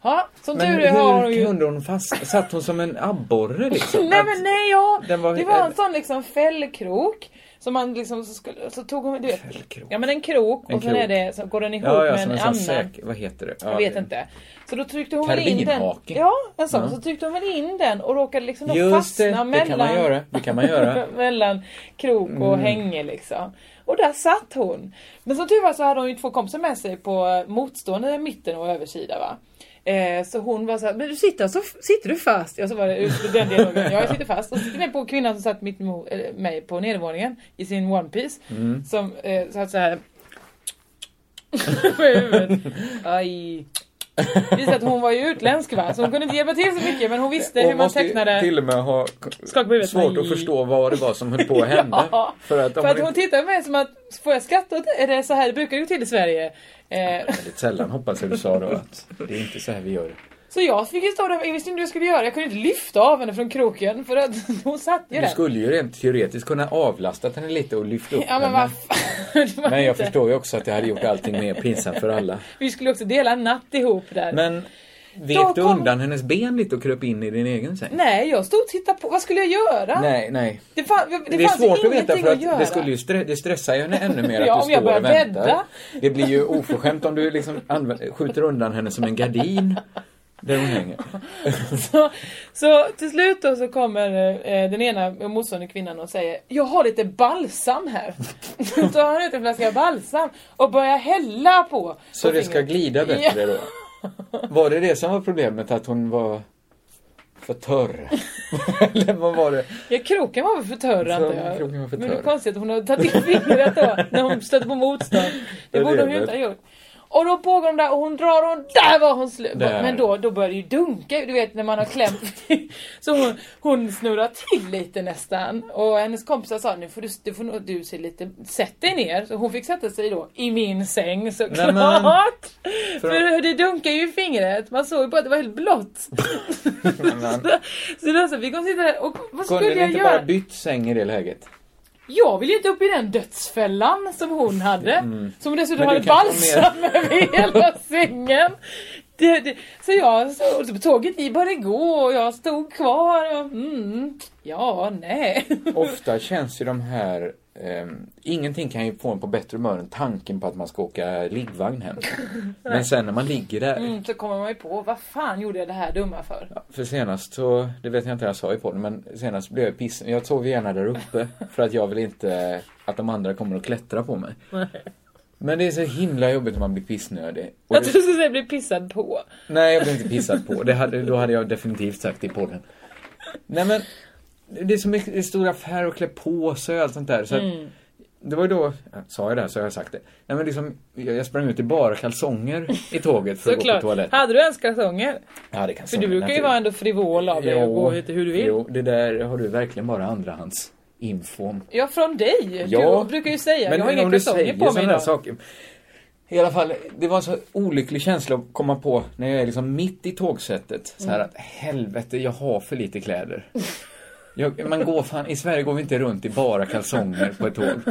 Ja, som
Men
tur är har hon
hur
ju
kunde hon fast... Satt hon som en abborre liksom?
[LAUGHS] Nej
Att-
men nej ja!
Den var-
det var en sån liksom fällkrok. Som man liksom så, skulle, så tog hon, du vet. Ja men en krok
En
och sen
krok.
är det, så går den ihop
Ja, ja,
med en,
som en
annan.
sån säk... Vad heter det? Ja,
Jag vet inte. Så då tryckte hon väl in den.
Karbinhake.
Ja, en sån.
Ja.
Så tryckte hon väl in den och råkade liksom då
Just
fastna
det, det
mellan.
kan man göra. Det kan man
[LAUGHS]
göra.
mellan krok och
Mm.
hänge liksom. Och där satt hon. Men som tur var så hade hon ju två kompisar med sig på motstående mitten och översida va. Eh, så hon var så här, men du sitter, så, sitter du fast? Ja så var det ut- den dialogen, ja jag sitter fast. Och så sitter den på kvinnan som satt mitt emot eller, mig på nedervåningen i sin one piece
Mm.
Som eh, satt så här [LAUGHS] med huvudet. Aj. Visst att hon var ju utländsk va, så hon kunde inte hjälpa till så mycket men hon visste hur
Hon
man
måste ju
tecknade.
till och med ha
Skaka på huvudet.
svårt
Nej.
att förstå vad det var som
[LAUGHS]
höll på att hända.
Ja.
För att, om
För att
man
hon tittar på mig som att, får jag skratta åt det? Är det så här det brukar gå till i Sverige? Eh,
inte, sällan hoppas jag du sa då att det är inte så här vi gör.
så jag fick ju stå där, jag visste inte hur jag skulle göra. Jag kunde inte lyfta av henne från kroken för att [LAUGHS] hon satt ju
Du
där.
skulle ju rent teoretiskt kunna avlasta henne lite och lyfta upp
Ja men vad
henne.
fan. [LAUGHS] det var
Men jag
inte-
förstår ju också att det hade gjort allting mer pinsamt för alla.
Vi skulle också dela en natt ihop där.
Men vek
Då
du
kom-
undan hennes ben lite och kröp in i din egen säng?
Nej, jag stod och tittade på. Vad skulle jag göra?
nej. nej.
Det, fan, det,
Det, är
fanns
svårt att
ingenting
veta för att,
göra.
det, skulle ju stre- det stressar ju henne ännu
[LAUGHS]
mer
Ja,
att
om
du
jag
står
börjar
och väntar.
bädda.
Det blir ju oförskämt om du liksom anvä- skjuter undan henne som en gardin där hon hänger.
Så, så till slut då så kommer eh, den ena motståndande kvinnan och säger Jag har lite balsam här. [LAUGHS] så tar han ut en flaska balsam och börjar hälla på.
Så
på
det ska
fingret.
glida bättre
Ja.
då? Var det det som var problemet, att hon var för torr? [LAUGHS] Eller vad var det?
Ja, kroken var väl för törr
Så
antar jag.
kroken var för
Men det är
törr.
konstigt att hon har tagit in fingret då när hon stötte på motstånd.
Ja, det
Det borde hon
är
ju
det.
inte ha gjort. Och då pågår de där och hon drar och hon, där var hon slut.
Där.
Men då, då börjar det ju dunka, du vet när man har klämt. [LAUGHS] Så hon, hon snurrar till lite nästan. Och hennes kompisar sa, nu får du, du, får, nog- du se lite, sätt dig ner. Så hon fick sätta sig då i min säng såklart.
Nej, men-
[LAUGHS] För, För det dunkar ju i fingret, man såg ju bara att det var helt blått. [LAUGHS] Så då så fick hon sitta där och vad skulle
Kunde ni
jag
inte
göra?
bara bytt säng i det läget?
Jag vill ju inte upp i den dödsfällan som hon hade.
Mm.
Som dessutom
Men du
hade
kan få
balsam [LAUGHS] över hela sängen. Det, det, så jag stod, så tåget i började gå och jag stod kvar. Och, mm, ja, nej. [LAUGHS]
Ofta känns ju de här... ehm, ingenting kan ju få en på bättre humör än tanken på att man ska åka
[LAUGHS]
liggvagn hem. Men sen när man ligger där...
Mm, så kommer man ju på, vad fan gjorde jag det här dumma för?
För senast så, det vet jag inte vad jag sa i podden, men senast blev jag pissen. Jag sov gärna
[LAUGHS]
där uppe för att jag vill inte att de andra kommer och klättra på mig. Men det är så himla jobbigt när man blir pissnödig. Och
Jag
det,
trodde du skulle säga bli pissad på.
nej, jag blir inte pissad på. Det hade, då hade jag definitivt sagt det i podden. Nej men, det är så mycket, det är stora affärer och klä på sig och allt sånt där. Så att,
Mm.
Det var ju då, ja, sa jag det här så har jag sagt det. Nej men liksom, jag jag sprang ut i bara kalsonger i tåget för att gå på
Såklart.
toaletten.
Hade du ens kalsonger?
Ja, det kan
För du brukar ju
naturligt.
vara ändå frivol av dig och gå lite hur du vill.
Jo, det där har du verkligen bara andrahands info om.
Ja, från dig.
Ja.
Du brukar ju säga,
Men
jag har
om
inga
du
kalsonger
säger
på mig
sådana här
idag.
saker. I alla fall, det var en så olycklig känsla att komma på när jag är liksom mitt i tågsättet. Så här
Mm.
att helvete, jag har för lite kläder. Jag, man går fan, i Sverige går vi inte runt i bara kalsonger på
[LAUGHS]
ett tåg.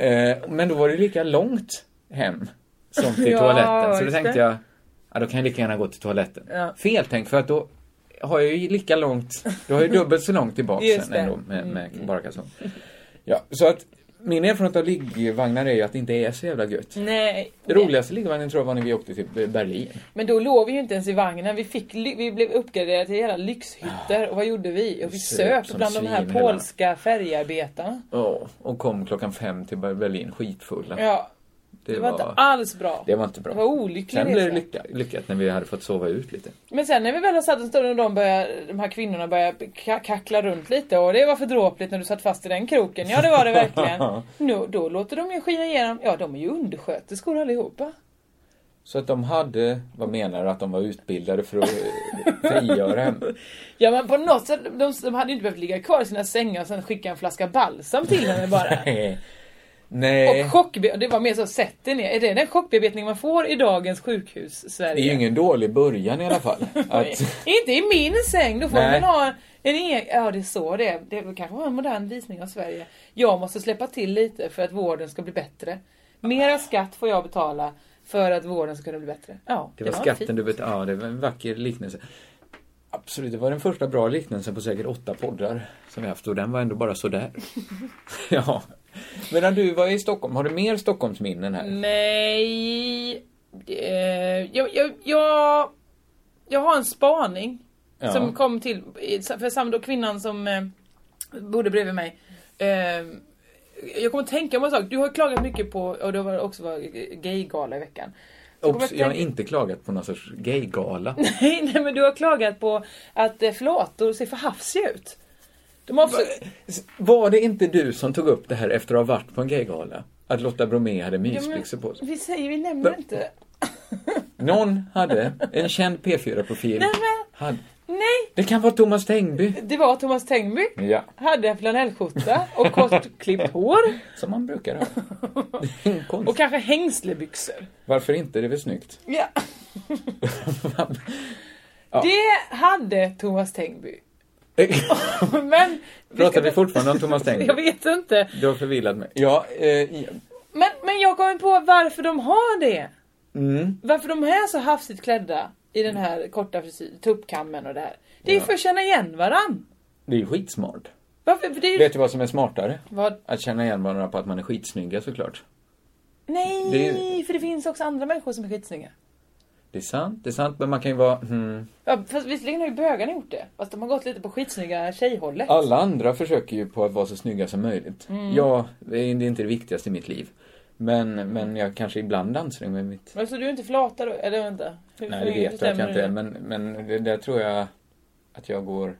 Eh, men då var det lika långt hem som till
Ja,
toaletten. Så då
just
tänkte
det.
jag, ja då kan jag lika gärna gå till toaletten.
Ja.
Fel tänkt, för att då har jag ju lika långt, då har jag ju dubbelt så långt tillbaka
Just
sen
det.
ändå med, med
Mm.
bara kalsonger. Ja, så att min erfarenhet av liggvagnar är ju att det inte är så jävla gött.
Mm. Nej.
Det roligaste liggvagnen tror jag var när vi åkte till Berlin.
Men då låg vi ju inte ens i vagnen. Vi, fick, ly- vi blev uppgraderade till jävla lyxhytter. Och vad gjorde vi? Och vi
Vi söp
söp
som
bland de här
svin hela-
polska färgarbetarna.
Ja, och kom klockan fem till Berlin skitfulla.
Ja, det, var inte alls bra.
Det var inte bra.
Det var olycklig
Sen blev det
resa.
lycka, lyckat när vi hade fått sova ut lite.
Men sen när vi väl har satt en stund och de, börjar, de här kvinnorna börjar ka- kackla runt lite och det var för dråpligt när du satt fast i den kroken. Ja det var det
[LAUGHS]
verkligen. nu, då låter de ju skina igenom. Ja de är ju undersköterskor allihopa.
Så att de hade, vad menar du, att de var utbildade för att
[LAUGHS]
eh, frigöra henne?
Ja men på något sätt, de, de hade ju inte behövt ligga kvar i sina sängar och sen skicka en flaska balsam till henne bara.
Nej. Nej.
Och chockbe- det var mer så, sätt dig ner. Är det den chockbearbetning man får i dagens
Det är ju
sjukhus-Sverige?
ingen dålig början i
[LAUGHS]
alla fall. Att,
Inte i min säng, då får
Nej.
man ha en egen... Ja, det är så det är. Det kanske var en modern visning av Sverige. Jag måste släppa till lite för att vården ska bli bättre. Mera skatt får jag betala för att vården ska kunna bli bättre. Ja,
det var skatten du betalade. Ja, det var en vacker liknelse. Absolut, det var den första bra liknelsen på säkert åtta poddar som vi haft och den var ändå
[LAUGHS]
bara sådär. ja. Medan du var i Stockholm, har du mer Stockholmsminnen
Mm.
här?
Nej... det- Jag, jag, jag, jag har en spaning.
Ja.
Som kom till, för samma då kvinnan som eh, bodde bredvid mig. Eh, jag kommer att tänka på en sak. Du har klagat mycket på, och det har också varit gaygala i veckan. Så kommer
Obs,
att
jag har
tänka-
inte klagat på någon sorts gaygala.
[LAUGHS] Nej, nej men du har klagat på att eh, flator ser för hafsiga ut. De har också...
Var det inte du som tog upp det här efter att ha varit på en gaygala? Att Lotta Bromé hade
Ja, men-
mysbyxor på sig?
vi säger, vi nämner inte.
Någon hade, en känd P4-profil,
Nej men,
hade.
nej!
Det kan vara Thomas Tengby.
Det var Thomas Tengby.
Ja.
Hade en flanellskjorta och
[LAUGHS]
kortklippt hår.
Som man brukar
[LAUGHS]
ha.
Och kanske hängslebyxor.
Varför inte? Det är
[LAUGHS]
väl snyggt?
Ja.
Ja.
Det hade Thomas Tengby. Men... vi ska-
Pratar vi fortfarande om Thomas
Jag
Tengby?
vet inte.
Du har förvillat mig. Ja, eh,
Men, men jag kommer på varför de har det.
mm.
Varför de är så hafsigt klädda i den här korta frisyren, tuppkammen och det här. Det är
Ja.
för att känna igen varann.
Det är ju skitsmart.
Varför? För det är ju...
Vet du vad som är smartare?
Vad?
Att känna igen varandra på att man är skitsnygga såklart.
Nej,
Det är-
för det finns också andra människor som är skitsnygga.
Det är sant, det är sant, men man kan ju vara, hmm.
Ja, fast visserligen har ju bögarna gjort det. Fast de har gått lite på skitsnygga tjejhållet.
Alla andra försöker ju på att vara så snygga som möjligt.
Mm.
Jag, det är inte det viktigaste i mitt liv. Men, men jag kanske ibland anstränger mig mitt...
Men så du är inte flata då? Eller vänta. Hur-
Nej,
hur
det vet jag att
bestämmer
jag
du
inte är,
det?
men, men det där tror jag att jag går...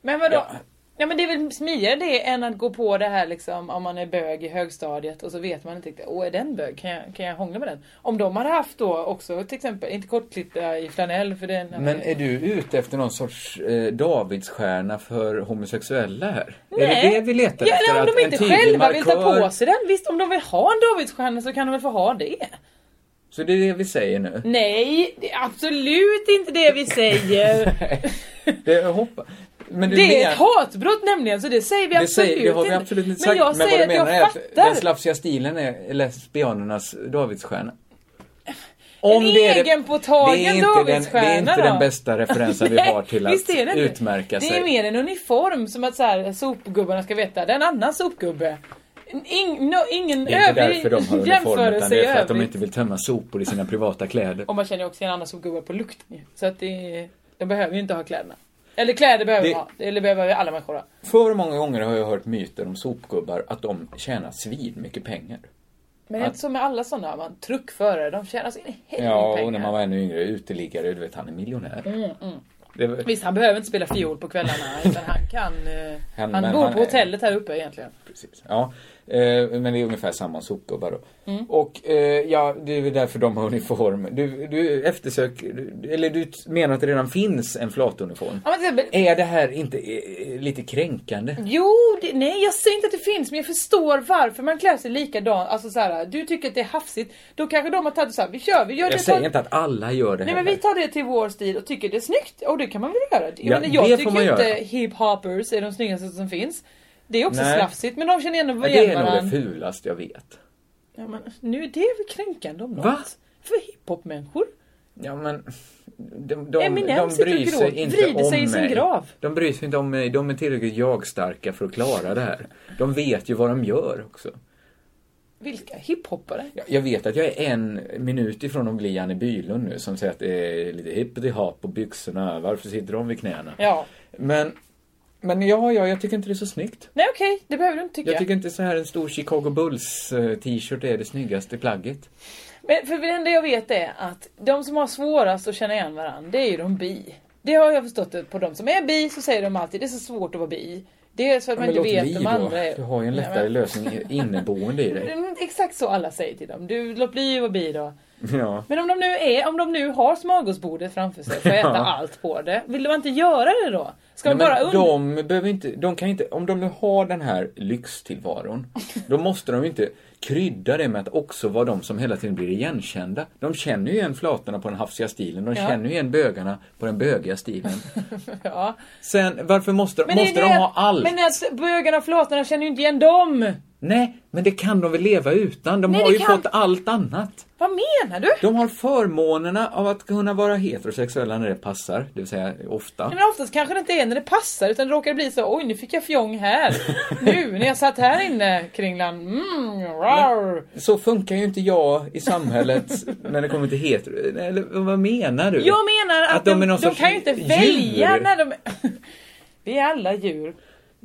Men vadå?
Ja.
Ja. men det är väl smidigare det än att gå på det här liksom om man är bög i högstadiet och så vet man inte riktigt. Åh, är den bög? Kan jag, kan jag hångla med den? Om de hade haft då också till exempel, inte kortklippta i flanell för den...
Men är du ute efter någon sorts eh, Davidsstjärna för homosexuella här? Är
Nej.
det det vi letar
ja,
efter?
eller om
Att
de
en
inte
tydlig
själva vill ta
markör-
på sig den. Visst, om de vill ha en Davidsstjärna så kan de väl få ha det?
Så det är det vi säger nu?
Nej, det är absolut inte det vi säger.
Det, jag hoppas. Men du
det är
menar-
ett hatbrott nämligen, så det säger vi
det,
absolut
säger, det har vi
inte.
absolut inte
Men
sagt.
jag
Men, vad
säger
du
att jag
menar är att
fattar.
den slafsiga stilen är lesbianernas Davidsstjärna.
en
det-
egenpåtagen
det är inte den-
Davidsstjärna
Det är inte
då.
den bästa referensen
[LAUGHS]
vi
Nej,
har till
visst
att
är det inte.
utmärka
Det
sig.
är mer en uniform som att så här, sopgubbarna ska veta, det är en annan sopgubbe. Ing, no, ingen
det är inte
övrig
därför de har uniform utan
jämförelse
det
i
är för att de
övrigt.
inte vill tömma sopor i sina privata kläder.
Och man känner ju också igen andra sopgubbar på lukten ju. Så att det, de behöver ju inte ha kläderna. Eller kläder behöver
Det-
man ha, eller behöver ju alla människor ha.
För många gånger har jag hört myter om sopgubbar att de tjänar svin mycket pengar.
Men det är
Att-
inte så med alla sådana, man truckförare, de tjänar så in i helvete
Ja, och när man
pengar.
var ännu yngre, uteliggare, du vet han är miljonär.
Mm, mm.
Det var,
Visst, han behöver inte spela fiol på
[LAUGHS]
kvällarna utan han kan... eh,
Han-
Han,
men
bor
han
på
är-
hotellet här uppe egentligen.
precis. Ja, eh, men det är ungefär samma sopgubbar då.
Mm.
Och eh, ja, det är väl därför de har uniform. Du, du eftersöker, du- eller du menar att det redan finns en flatuniform?
Ja, men till exempel,
Är det här inte eh, lite kränkande?
jo, det, nej jag säger inte att det finns men jag förstår varför man klär sig likadant. Alltså så här, du tycker att det är hafsigt. Då kanske de har tagit och så här, vi kör, vi gör det.
Jag säger inte att alla gör det
Nej
heller.
men vi tar det till vår stil och tycker det är snyggt. Och det kan man väl göra. Jag,
Ja,
menar, jag
det får
tycker
man
ju inte
göra.
hip-hoppers är de snyggaste som finns. Det är också
Nej.
slafsigt men de känner igen
Ja, det
igen
är nog det
varandra.
fulaste jag vet.
Ja, men nu är det väl kränkande om något.
Va?
För hiphop-människor.
Ja men, de, de,
Eminem
de
sitter och
bryr sig
gråter,
inte
vrider
om
sig i sin
mig.
grav.
De bryr sig inte om mig, de är tillräckligt jag-starka för att klara det här. De vet ju vad de gör också.
Vilka hiphoppare?
Jag- Jag vet att jag är en minut ifrån att bli Janne Bylund nu som säger att det är lite hippity hop på byxorna, varför sitter de vid knäna?
Ja.
Men, men ja, ja, jag tycker inte det är så snyggt.
Nej okej, det behöver du inte tycka.
Jag tycker inte så här en stor Chicago Bulls eh, t-shirt är det snyggaste plagget.
Men för det enda jag vet är att de som har svårast att känna igen varandra, det är ju de bi. Det har jag förstått det på de som är bi så säger de alltid det är så svårt att vara bi. Det är så att man inte vet de andra är...
Du har ju en lättare
[LAUGHS] Nej,
lösning inneboende i
men-
dig.
Mm, Exakt så alla säger till dem. Du, låt bli att vara bi då.
Ja.
Men om de nu, är, om de nu har smörgåsbordet framför sig för att äta
[LAUGHS] Ja.
allt på det, vill de inte göra det då? Ska
Nej,
de bara
men
under...
de behöver inte, de kan inte, om de nu har den här
[LAUGHS]
lyxtillvaron, då måste de ju inte krydda det med att också vara de som hela tiden blir igenkända. De känner ju igen flatorna på den hafsiga stilen, de
Ja.
känner ju igen bögarna på den bögiga stilen.
[LAUGHS] Ja.
Sen, varför måste, de-
det är
måste de
det-
ha allt?
Men att bögarna och flatorna känner ju inte igen dem!
Nej, men det kan de väl leva utan? De
Nej,
har
det
ju
kan-
fått allt annat.
Vad menar du?
De har förmånerna av att kunna vara heterosexuella när det passar, det vill säga ofta.
Nej, Men oftast kanske det inte är när det passar utan det råkar bli så oj nu fick jag fjong här. nu när jag satt här inne kringlan. Mm, rar.
Så funkar ju inte jag i samhället [LAUGHS] när det kommer till hetero... Eller vad menar du?
Jag menar att, de,
är någon
de,
sorts
kan ju inte
djur.
välja när de... [LAUGHS] Vi är alla djur.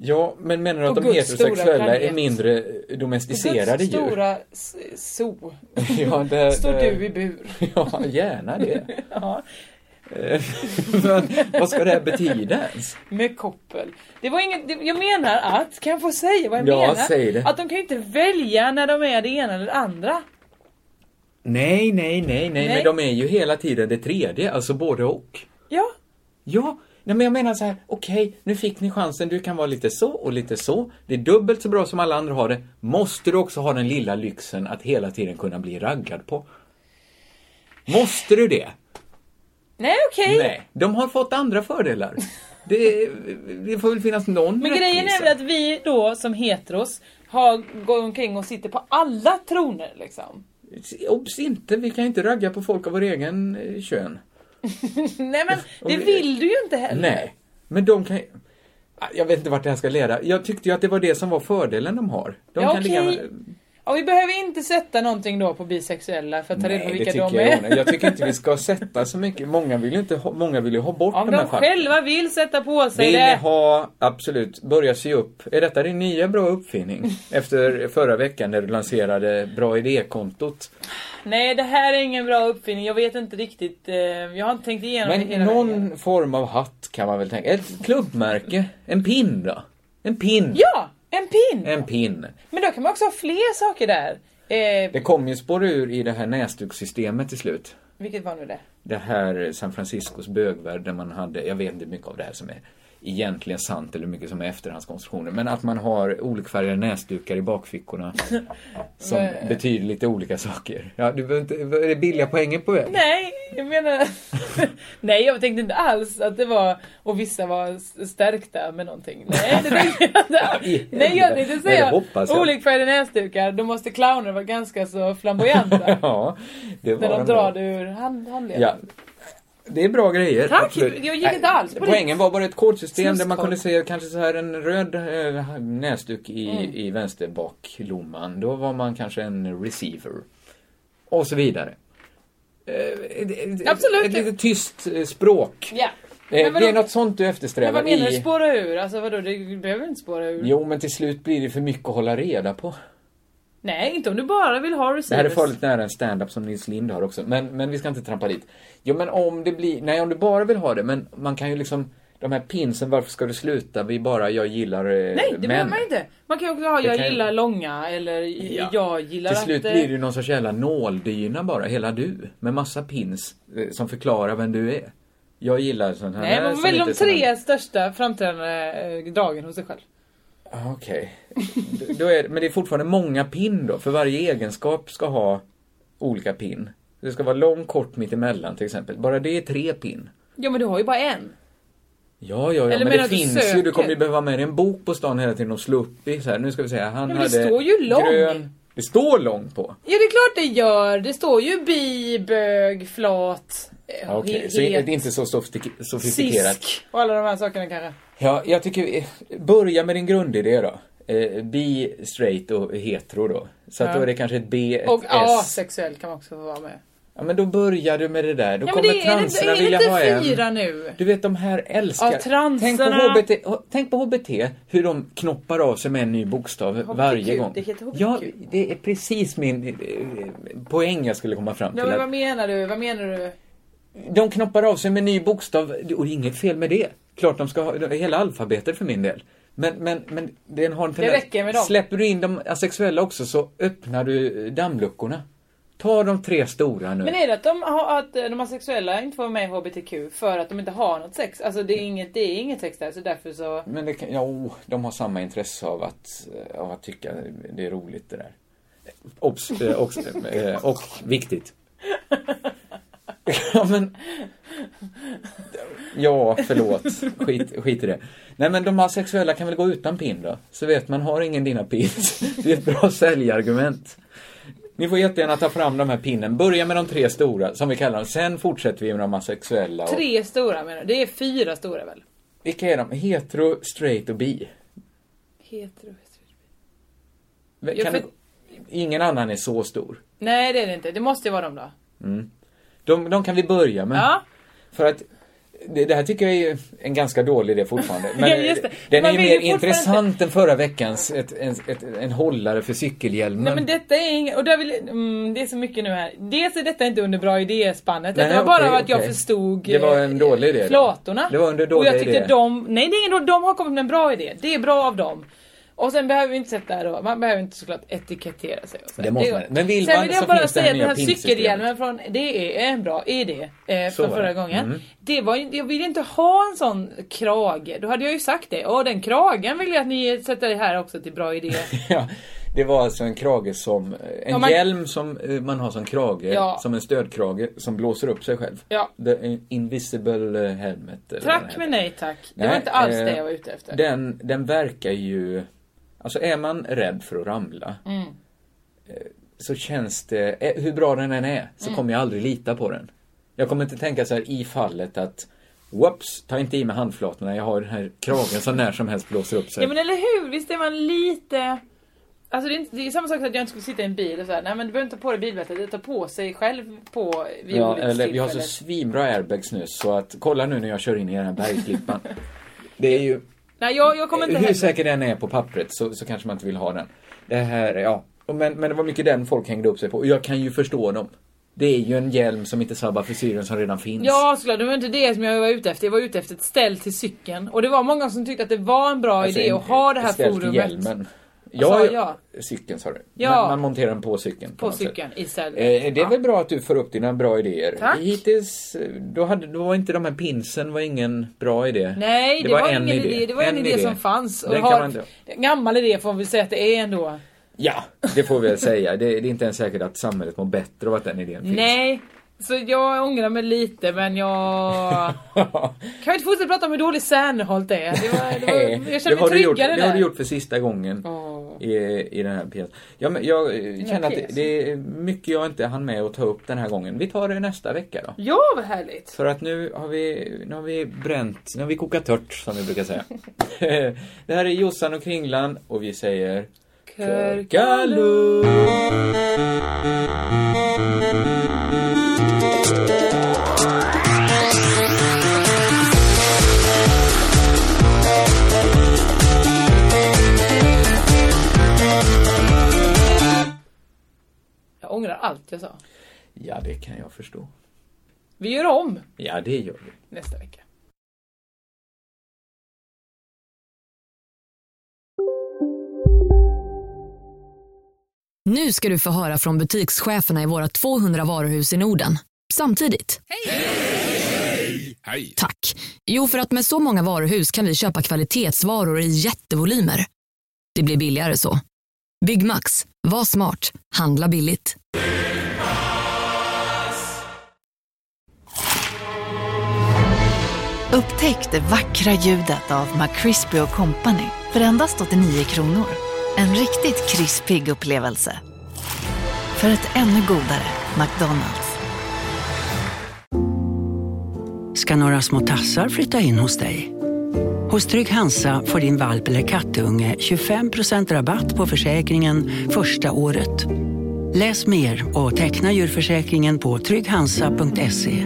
Ja, men menar du att
På
de
Guds stora
heterosexuella
planet.
är mindre domesticerade
Guds
djur? Äh,
stora s- zoo.
[LAUGHS] Ja, det-
Står
det-
du i bur.
[LAUGHS]
[LAUGHS]
Ja, gärna det.
Ja,
Eh, men vad ska det här betyda ens?
med koppel. Det var inget, det- jag menar att, kan jag få säga vad jag
Ja,
menar?
säg det.
Att de kan ju inte välja när de är det ena eller det andra.
Nej, nej, nej, nej,
Nej.
men de är ju hela tiden det tredje, alltså både och.
Ja,
Ja, nej men jag menar så här, okej, nu fick ni chansen, du kan vara lite så och lite så. Det är dubbelt så bra som alla andra har det. Måste du också ha den lilla lyxen att hela tiden kunna bli raggad på? Måste du det?
nej okej.
Nej, de har fått andra fördelar. Det, det får väl finnas någon
Men grejen är
rättvisa.
väl att vi då som heteros har, går omkring och sitter på alla troner liksom.
Obs inte, vi kan inte ragga på folk av vår egen eh, kön.
Nej
[LAUGHS]
men det
Om vi-
vill du ju inte heller.
Nej, men de kan Ah, Jag vet inte vart det här ska leda. Jag tyckte ju att det var det som var fördelen de har. De
Ja,
kan ligga-
okej. Ja, vi behöver inte sätta någonting då på bisexuella för att ta reda på
Nej, det
vilka
tycker
de
jag är
är.
onödigt. Jag tycker inte vi ska sätta så mycket. Många vill ju, inte ha, många vill ju ha
[LAUGHS]
bort
Om
de här
de
schack-
själva vill sätta på sig
Vill ni
det.
ha, absolut, börja se upp. Är detta din nya
[LAUGHS]
bra uppfinning? Efter förra veckan när du lanserade Bra idékontot.
Nej det här är ingen bra uppfinning, jag vet inte riktigt. eh, Jag har inte tänkt igenom det hela
Men
vägen.
någon form av hatt kan man väl tänka. Ett klubbmärke? En pin då? En pin?
Ja! En pin!
En pin.
Men då kan man också ha fler saker där. Eh,
Det kommer ju spåra ur i det här näsdukssystemet till slut.
vilket var nu det?
det här San Franciscos bögvärld där man hade, jag vet inte mycket av det här som är egentligen sant eller mycket som är efterhandskonstruktioner, men att man har olikfärgade näsdukar
[LAUGHS]
i bakfickorna som
Nej.
betyder lite olika saker. Ja, du behöver inte, är det billiga poänger på väg?
Nej, jag menar... [LAUGHS] Nej, jag tänkte inte alls att det var... Och vissa var s- stärkta med någonting. Nej, det tänkte jag inte
[LAUGHS]
alls. Nej, jag tänkte
Nej, det
säga
hoppas jag.
olikfärgade näsdukar, då måste clowner vara ganska så
[LAUGHS]
flamboyanta.
ja, det var
När de
den
drar
där.
det ur hand, handleden.
Ja. Det är bra grejer.
Tack,
absolut.
jag gick inte
Nej,
alls på det.
Poängen var bara ett kodsystem där man
Snuskkoll.
kunde se kanske så här en röd eh, näsduk i,
Mm.
i vänsterbaklomman. Då var man kanske en receiver. Och så vidare. Eh, ett- ett-
Absolut.
Ett lite tyst eh, språk.
Ja.
Eh,
Men vadå-
Det är något sånt du
Men
eftersträvar
vad menar du?
i...
Spåra ur? Alltså vadå, det behöver inte spåra ur.
Jo, men till slut blir det för mycket att hålla reda på.
Nej, inte om du bara vill ha receivers.
Det här är farligt nära en stand-up som Nils Lind har också, men, men vi ska inte trampa dit. Jo men om det blir, nej om du bara vill ha det, men man kan ju liksom, de här pinsen, varför ska du sluta vid bara jag gillar
Nej,
eh,
det
män?
behöver man inte. Man kan ju också ha
Det
jag
kan ju-
gillar långa eller i-
Ja.
jag gillar
Till
att...
slut
eh,
blir det ju någon sorts jävla nåldyna bara, hela du, med massa pins eh, som förklarar vem du är. Jag gillar sån här eh,
Nej, men
som
väl
inte
de
är sån här-
tre största framträdande eh, dragen hos sig själv.
Ah, Okej. D- då är det- Men det är fortfarande många pin då, för varje egenskap ska ha olika pin. Det ska vara lång, kort, mittemellan till exempel. Bara det är tre pin.
Ja men du har ju bara en.
Ja, ja, ja,
Eller
men
menar
det
att du
finns
söker?
ju. Du kommer ju behöva ha med dig en bok på stan hela tiden och slå upp i så här. Nu ska vi säga, han
Ja, men
hade
det står ju lång.
grön... Det står lång på?
Ja det är klart det gör. Det står ju bi, bög, flat, eh,
Ja, Okej,
het,
så det är inte så sofistik- sofistikerat.
sisk och alla de här sakerna kanske.
Ja, jag tycker, eh, börja med din grundidé då. Eh, bi, straight och hetero då. Så att
Ja.
då är det kanske ett B, ett
Och
S.
asexuell kan man också få vara med.
Ja, men då börjar du med det där. Då
Ja men
kommer
det är, är, det,
transerna
är
vilja
det
ha
inte
en.
fyra nu?
Du vet de här älskar...
Ja, transerna.
Tänk på, HBT, tänk på HBT, hur de knoppar av sig med en ny bokstav varje gång.
det heter HBTQ.
Ja, det är precis min eh, poäng jag skulle komma fram till.
Ja men
att
vad menar du? Vad menar du?
De knoppar av sig med en ny bokstav och det är inget fel med det. Klart de ska ha det är hela alfabetet för min del. Men, men, men den har en
räcker med dem.
Släpper du in de asexuella också så öppnar du eh, dammluckorna. Ta de tre stora nu.
Men är det att de, har, att de homosexuella inte får vara med i HBTQ för att de inte har något sex? Alltså det är inget, det är inget sex där så därför så...
Men det kan, ja, oh, de har samma intresse av att, eh, av att tycka det är roligt det där. Obs, eh, obs, eh, och viktigt. ja, men... Ja, förlåt. Skit, skit i det. Nej, men de asexuella kan väl gå utan pin då? Så vet man, har ingen dina pins. [LAUGHS] Det är ett bra säljargument. Ni får jättegärna ta fram de här pinnen. Börja med de tre stora, som vi kallar dem. Sen fortsätter vi med de asexuella. Och...
Tre stora menar du? Det är fyra stora väl?
Vilka är de? Hetero, straight och bi.
Hetero, straight,
Kan
Ja, för-
det- Ingen annan är så stor.
Nej det är det inte. Det måste ju vara dem då.
Mm. De, de kan vi börja med. För att det, det här tycker jag är ju en ganska dålig
[LAUGHS]
idé fortfarande. Men
Ja, just det.
den
Man
är ju
vill
mer
ju fortfarande-
intressant än förra veckans, ett, en, ett, en hållare för cykelhjälmen.
Nej men detta är inget, och där vill, mm, det är så mycket nu här. Dels är detta inte under bra idéspannet.
Nej,
det var bara
okej,
att jag
okej.
förstod
Det var en dålig idé.
eh,
då.
flatorna.
Det var under
och
dålig
jag tyckte
idé.
de, nej det är ingen dålig- de har kommit med en bra idé. Det är bra av dem. Och sen behöver vi inte sätta då, man behöver inte såklart etikettera sig. Och så.
Det måste man. Men vill
sen
man
vill
så
jag bara
finns det här
säga att den
nya
här
pinsystemet.
cykelhjälmen från, det är en bra idé. Eh,
Så
från
var
förra
det.
gången.
Mm.
Det var, ju- jag ville inte ha en sån krage. Då hade jag ju sagt det. Och den kragen vill jag att ni sätter här också till bra idé.
[LAUGHS] ja, det var alltså en krage som, en
Ja, man-
hjälm som eh, man har som krage,
Ja.
som en stödkrage som blåser upp sig själv.
Ja.
The invisible eh, helmet. eller vad den
Tack
heter.
men nej tack. Det var
Nej,
inte alls
eh,
det jag var ute efter.
Den, den verkar ju... Alltså är man rädd för att ramla eh,
Mm.
så känns det, eh, hur bra den än är, så
Mm.
kommer jag aldrig lita på den. Jag kommer inte tänka så här i fallet att Whoops, ta inte i med handflatorna, jag har den här kragen som när som helst blåser upp sig.
Ja men eller hur, visst är man lite... Alltså det är, inte, det är samma sak som att jag inte skulle sitta i en bil och säga nej men du behöver inte ta på dig bilbältet, det tar på sig själv på vid
Ja, eller,
olyckstillfället.
vi har så svinbra airbags nu så att kolla nu när jag kör in i den
[LAUGHS]
här bergsklippan. det är ju,
Nej jag, jag kommer inte
Eh, hur
heller-
säker den är på pappret så, så kanske man inte vill ha den. Det här, ja. Och Men, men det var mycket den folk hängde upp sig på och jag kan ju förstå dem. Det är ju en hjälm som inte sabbar frisyren som redan finns.
Ja såklart, det var inte det som jag var ute efter. Jag var ute efter ett ställ till cykeln. Och det var många som tyckte att det var en bra
Alltså,
idé att
en-
ha det här
ställt i
forumet.
Hjälmen.
Vad
Ja,
sa jag?
cykeln sa du.
Ja.
Man, man monterar den på cykeln.
På
något sätt.
cykeln i stället.
Eh, det är väl bra att du får upp dina bra idéer.
Tack.
Hittills, eh, då, hade, då var inte de här pinsen var ingen bra idé.
Nej, det, var, ingen idé. Det var en, idé, som fanns. Och
Den kan
har,
man,
en gammal idé får vi säga att det är ändå.
ja, det får vi väl säga. Det, det är inte ens säkert att samhället mår bättre av att den idén finns. [LAUGHS]
Nej, så jag ångrar mig lite men
[LAUGHS]
jag... kan vi inte fortsätta prata om hur dålig Serneholt är? Det var, det var, jag
det
känner mig
har, du gjort,
tryggare
det har
där.
du gjort för sista gången i, i den här pjäsen. Ja, men jag eh, känner att det,
pjäs.
det är mycket jag inte hann med att ta upp den här gången. Vi tar det nästa vecka då.
Ja, vad härligt!
För att nu har vi, nu har vi bränt, nu har vi kokat tört som vi brukar säga. [LAUGHS] det här är Jossan och Kringlan och vi säger
Jag ångrar allt jag sa.
Ja, det kan jag förstå.
Vi gör om
Ja, det gör vi.
nästa vecka.
Nu ska du få höra från butikscheferna i våra 200 varuhus i Norden. Samtidigt.
Hej!
Tack. Jo, för att med så många varuhus kan vi köpa kvalitetsvaror i jättevolymer. Det blir billigare så. Byggmax. Var smart. Handla billigt.
Upptäck det vackra ljudet av McCrispy Company för endast 89 kronor. En riktigt krispig upplevelse. För ett ännu godare McDonalds.
ska några små tassar flytta in hos dig. Hos Trygg Hansa får din valp eller kattunge 25% rabatt på försäkringen första året. Läs mer och teckna djurförsäkringen på trygghansa.se.